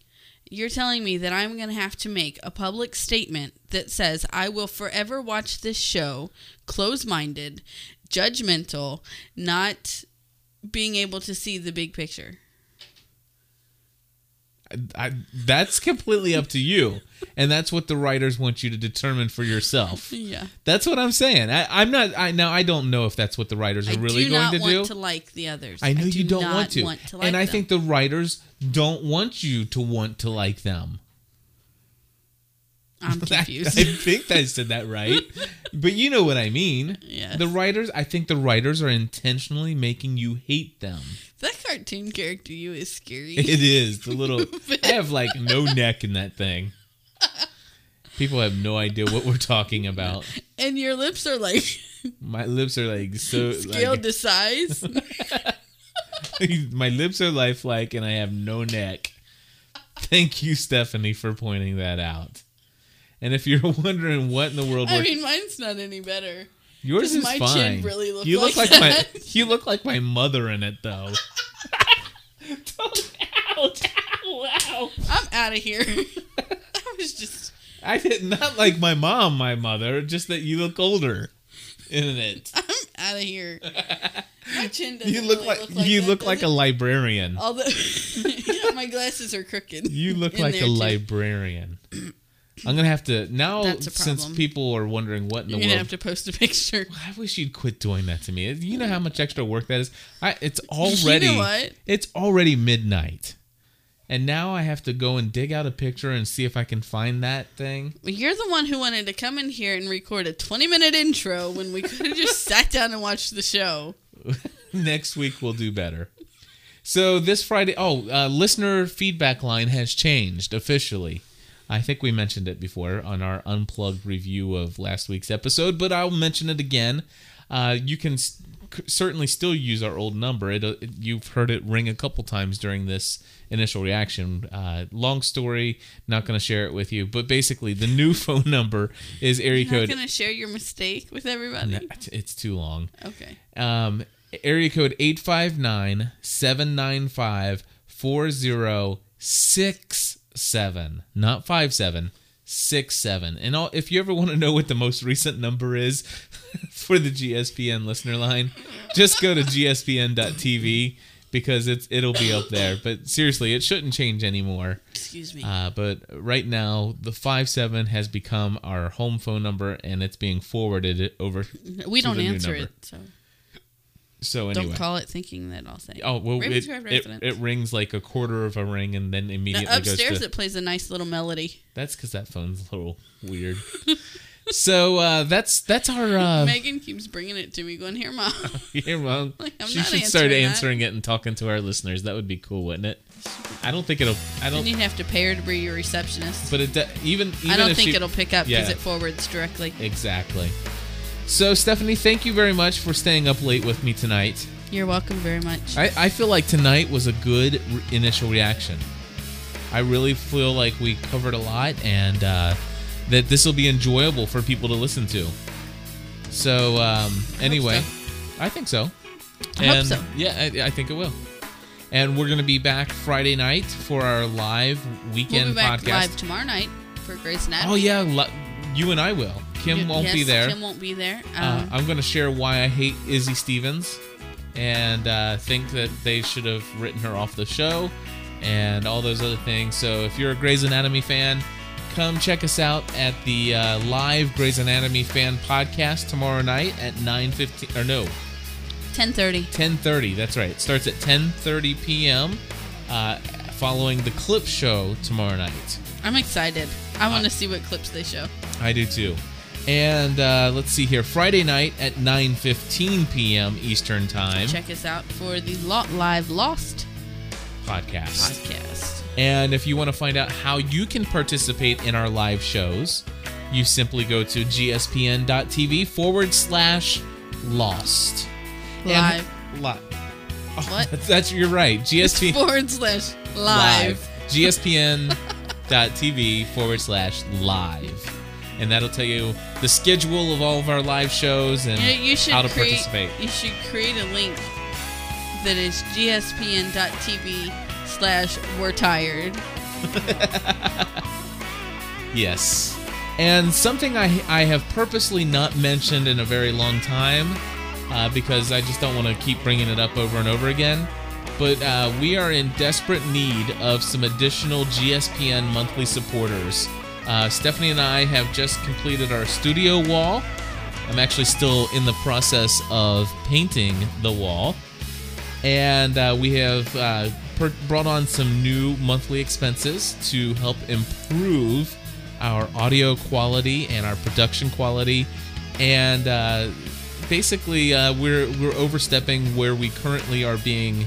Speaker 6: You're telling me that I'm going to have to make a public statement that says I will forever watch this show close-minded, judgmental, not being able to see the big picture.
Speaker 1: I, that's completely up to you, and that's what the writers want you to determine for yourself.
Speaker 6: Yeah.
Speaker 1: That's what I'm saying. I, I'm not. I now I don't know if that's what the writers are
Speaker 6: I
Speaker 1: really
Speaker 6: do
Speaker 1: going
Speaker 6: not
Speaker 1: to
Speaker 6: want
Speaker 1: do.
Speaker 6: to like the others.
Speaker 1: I know
Speaker 6: do
Speaker 1: you don't
Speaker 6: not
Speaker 1: want to,
Speaker 6: like
Speaker 1: and I
Speaker 6: them.
Speaker 1: think the writers don't want you to want to like them.
Speaker 6: I'm confused.
Speaker 1: I think I said that right, but you know what I mean.
Speaker 6: Yes.
Speaker 1: The writers. I think the writers are intentionally making you hate them.
Speaker 6: that cartoon character you is scary.
Speaker 1: It is the little. I have like no neck in that thing. People have no idea what we're talking about.
Speaker 6: and your lips are like
Speaker 1: My lips are like so.
Speaker 6: scaled
Speaker 1: Like,
Speaker 6: to size.
Speaker 1: my lips are lifelike, and I have no neck. Thank you, Stephanie, for pointing that out. And if you're wondering what in the world,
Speaker 6: I
Speaker 1: we're-
Speaker 6: mean, mine's not any better.
Speaker 1: yours
Speaker 6: does
Speaker 1: is
Speaker 6: my chin
Speaker 1: fine.
Speaker 6: really look
Speaker 1: you
Speaker 6: like
Speaker 1: look like my. You look like my mother in it, though.
Speaker 6: wow. I'm out of here. I was just.
Speaker 1: I did not like my mom, my mother. Just that you look older, in it.
Speaker 6: I'm out of here. My chin doesn't
Speaker 1: You look
Speaker 6: really
Speaker 1: like,
Speaker 6: look like
Speaker 1: you
Speaker 6: that,
Speaker 1: look
Speaker 6: does
Speaker 1: like
Speaker 6: it?
Speaker 1: a librarian.
Speaker 6: Although yeah, my glasses are crooked.
Speaker 1: You look
Speaker 6: in
Speaker 1: like
Speaker 6: there,
Speaker 1: a
Speaker 6: too.
Speaker 1: librarian. I'm gonna have to now
Speaker 6: That's a
Speaker 1: since
Speaker 6: problem.
Speaker 1: people are wondering what in
Speaker 6: You're
Speaker 1: the
Speaker 6: gonna
Speaker 1: world.
Speaker 6: have to post a picture.
Speaker 1: I wish you'd quit doing that to me. You know how much extra work that is. I it's already
Speaker 6: what?
Speaker 1: it's already midnight, and now I have to go and dig out a picture and see if I can find that thing.
Speaker 6: Well, You're the one who wanted to come in here and record a 20 minute intro when we could have just sat down and watched the show.
Speaker 1: Next week we'll do better. So this Friday, oh, uh, listener feedback line has changed officially. I think we mentioned it before on our unplugged review of last week's episode, but I'll mention it again. Uh, you can s- c- certainly still use our old number. It, uh, it, you've heard it ring a couple times during this initial reaction. Uh, long story, not going to share it with you, but basically the new phone number is area
Speaker 6: You're not
Speaker 1: code.
Speaker 6: going to share your mistake with everybody.
Speaker 1: It's too long.
Speaker 6: Okay.
Speaker 1: Um, area code 859 795 4067. Not 57, 67. And all, if you ever want to know what the most recent number is for the GSPN listener line, just go to gspn.tv because it's it'll be up there. But seriously, it shouldn't change anymore.
Speaker 6: Excuse me.
Speaker 1: Uh, but right now, the 57 has become our home phone number and it's being forwarded over.
Speaker 6: we
Speaker 1: to
Speaker 6: don't
Speaker 1: the new
Speaker 6: answer
Speaker 1: number.
Speaker 6: it, so
Speaker 1: So anyway,
Speaker 6: don't call it thinking that I'll say.
Speaker 1: Oh well, it,
Speaker 6: Ravenscraft
Speaker 1: it,
Speaker 6: residence.
Speaker 1: it rings like a quarter of a ring and then
Speaker 6: Now,
Speaker 1: immediately
Speaker 6: upstairs,
Speaker 1: goes to.
Speaker 6: it plays a nice little melody.
Speaker 1: that's because that phone's a little weird. so uh, that's that's our. Uh,
Speaker 6: Megan keeps bringing it to me, going, Here, mom.
Speaker 1: yeah, well,
Speaker 6: Like, I'm
Speaker 1: she
Speaker 6: not
Speaker 1: should start
Speaker 6: answering that.
Speaker 1: answering it and talking to our listeners. That would be cool, wouldn't it? I don't think it'll. I
Speaker 6: Then
Speaker 1: don't.
Speaker 6: you'd have to pay her to be your receptionist.
Speaker 1: But it do- even, even
Speaker 6: I don't
Speaker 1: if
Speaker 6: think
Speaker 1: she-
Speaker 6: it'll pick up because
Speaker 1: Yeah.
Speaker 6: it forwards directly.
Speaker 1: Exactly. So, Stephanie, thank you very much for staying up late with me tonight.
Speaker 4: You're welcome very much.
Speaker 1: I, I feel like tonight was a good re- initial reaction. I really feel like we covered a lot and uh, that this will be enjoyable for people to listen to. So, um, anyway, I think so.
Speaker 4: I hope
Speaker 1: And-
Speaker 4: so.
Speaker 1: Yeah, I, I think it will. And we're going to be back Friday night for our live
Speaker 4: We'll
Speaker 1: weekend
Speaker 4: be back
Speaker 1: podcast.
Speaker 4: live tomorrow night for Grace Anatomy.
Speaker 1: Oh, yeah. Li- you and I will. Kim
Speaker 4: Y-
Speaker 1: won't be
Speaker 4: yes,
Speaker 1: there.
Speaker 4: Kim won't be there.
Speaker 1: Uh,
Speaker 6: Uh-huh.
Speaker 4: Um,
Speaker 1: I'm going to share why I hate Izzy Stevens and uh, think that they should have written her off the show and all those other things. So if you're a Grey's Anatomy fan, come check us out at the uh, live Grey's Anatomy fan podcast tomorrow night at 9:15 or no,
Speaker 4: 10:30.
Speaker 1: 10:30. That's right. It starts at 10:30 p.m. Uh, following the clip show tomorrow night.
Speaker 4: I'm excited. I
Speaker 1: Uh,
Speaker 4: want to see what clips they show.
Speaker 1: I do too. And uh, let's see here. Friday night at 9:15 p.m. Eastern Time
Speaker 4: Check us out for the Lot Live Lost
Speaker 1: podcast.
Speaker 4: podcast.
Speaker 1: And if you want to find out how you can participate in our live shows, you simply go to gspn.tv forward slash lost.
Speaker 4: Live.
Speaker 1: And, li- Oh,
Speaker 4: What?
Speaker 1: That's, that's you're right. GSP
Speaker 4: Forward slash live.
Speaker 1: gspn.tv forward slash live. And that'll tell you the schedule of all of our live shows and
Speaker 4: You, know, you should
Speaker 1: how to
Speaker 4: create,
Speaker 1: participate.
Speaker 4: You should create a link that is gspn.tv slash we're tired.
Speaker 1: Yes. And something I, I have purposely not mentioned in a very long time uh, because I just don't want to keep bringing it up over and over again. But uh, we are in desperate need of some additional GSPN monthly supporters. Uh, Stephanie and I have just completed our studio wall. I'm actually still in the process of painting the wall and uh, we have uh, per- brought on some new monthly expenses to help improve our audio quality and our production quality. And uh, basically, uh, we're we're overstepping where we currently are being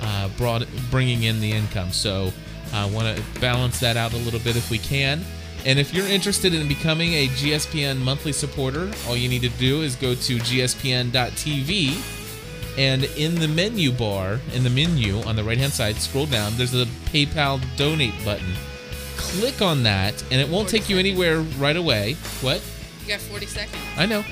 Speaker 1: uh, brought bringing in the income. So I want to balance that out a little bit if we can. And if you're interested in becoming a GSPN monthly supporter, all you need to do is go to gspn.tv and in the menu bar, in the menu on the right hand side, scroll down, there's a PayPal donate button. Click on that, and it won't take you anywhere right away. What?
Speaker 4: You got 40 seconds.
Speaker 1: I know.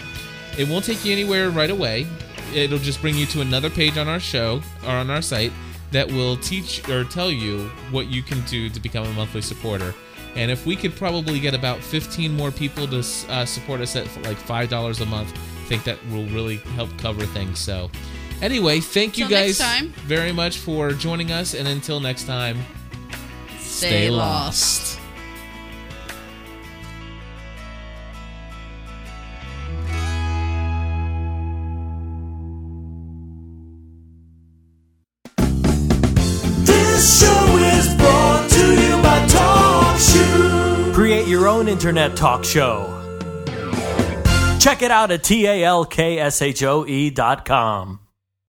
Speaker 1: It won't take you anywhere right away. It'll just bring you to another page on our show or on our site that will teach or tell you what you can do to become a monthly supporter. And if we could probably get about 15 more people to uh, support us at like $5 a month, I think that will really help cover things. So, anyway, thank you
Speaker 4: Till
Speaker 1: guys
Speaker 4: next time.
Speaker 1: very much for joining us. And until next time,
Speaker 4: Stay,
Speaker 1: lost.
Speaker 20: This show is brought to you by TalkShoe.
Speaker 21: Create your own internet talk show. E Check it out at talkshoe.com.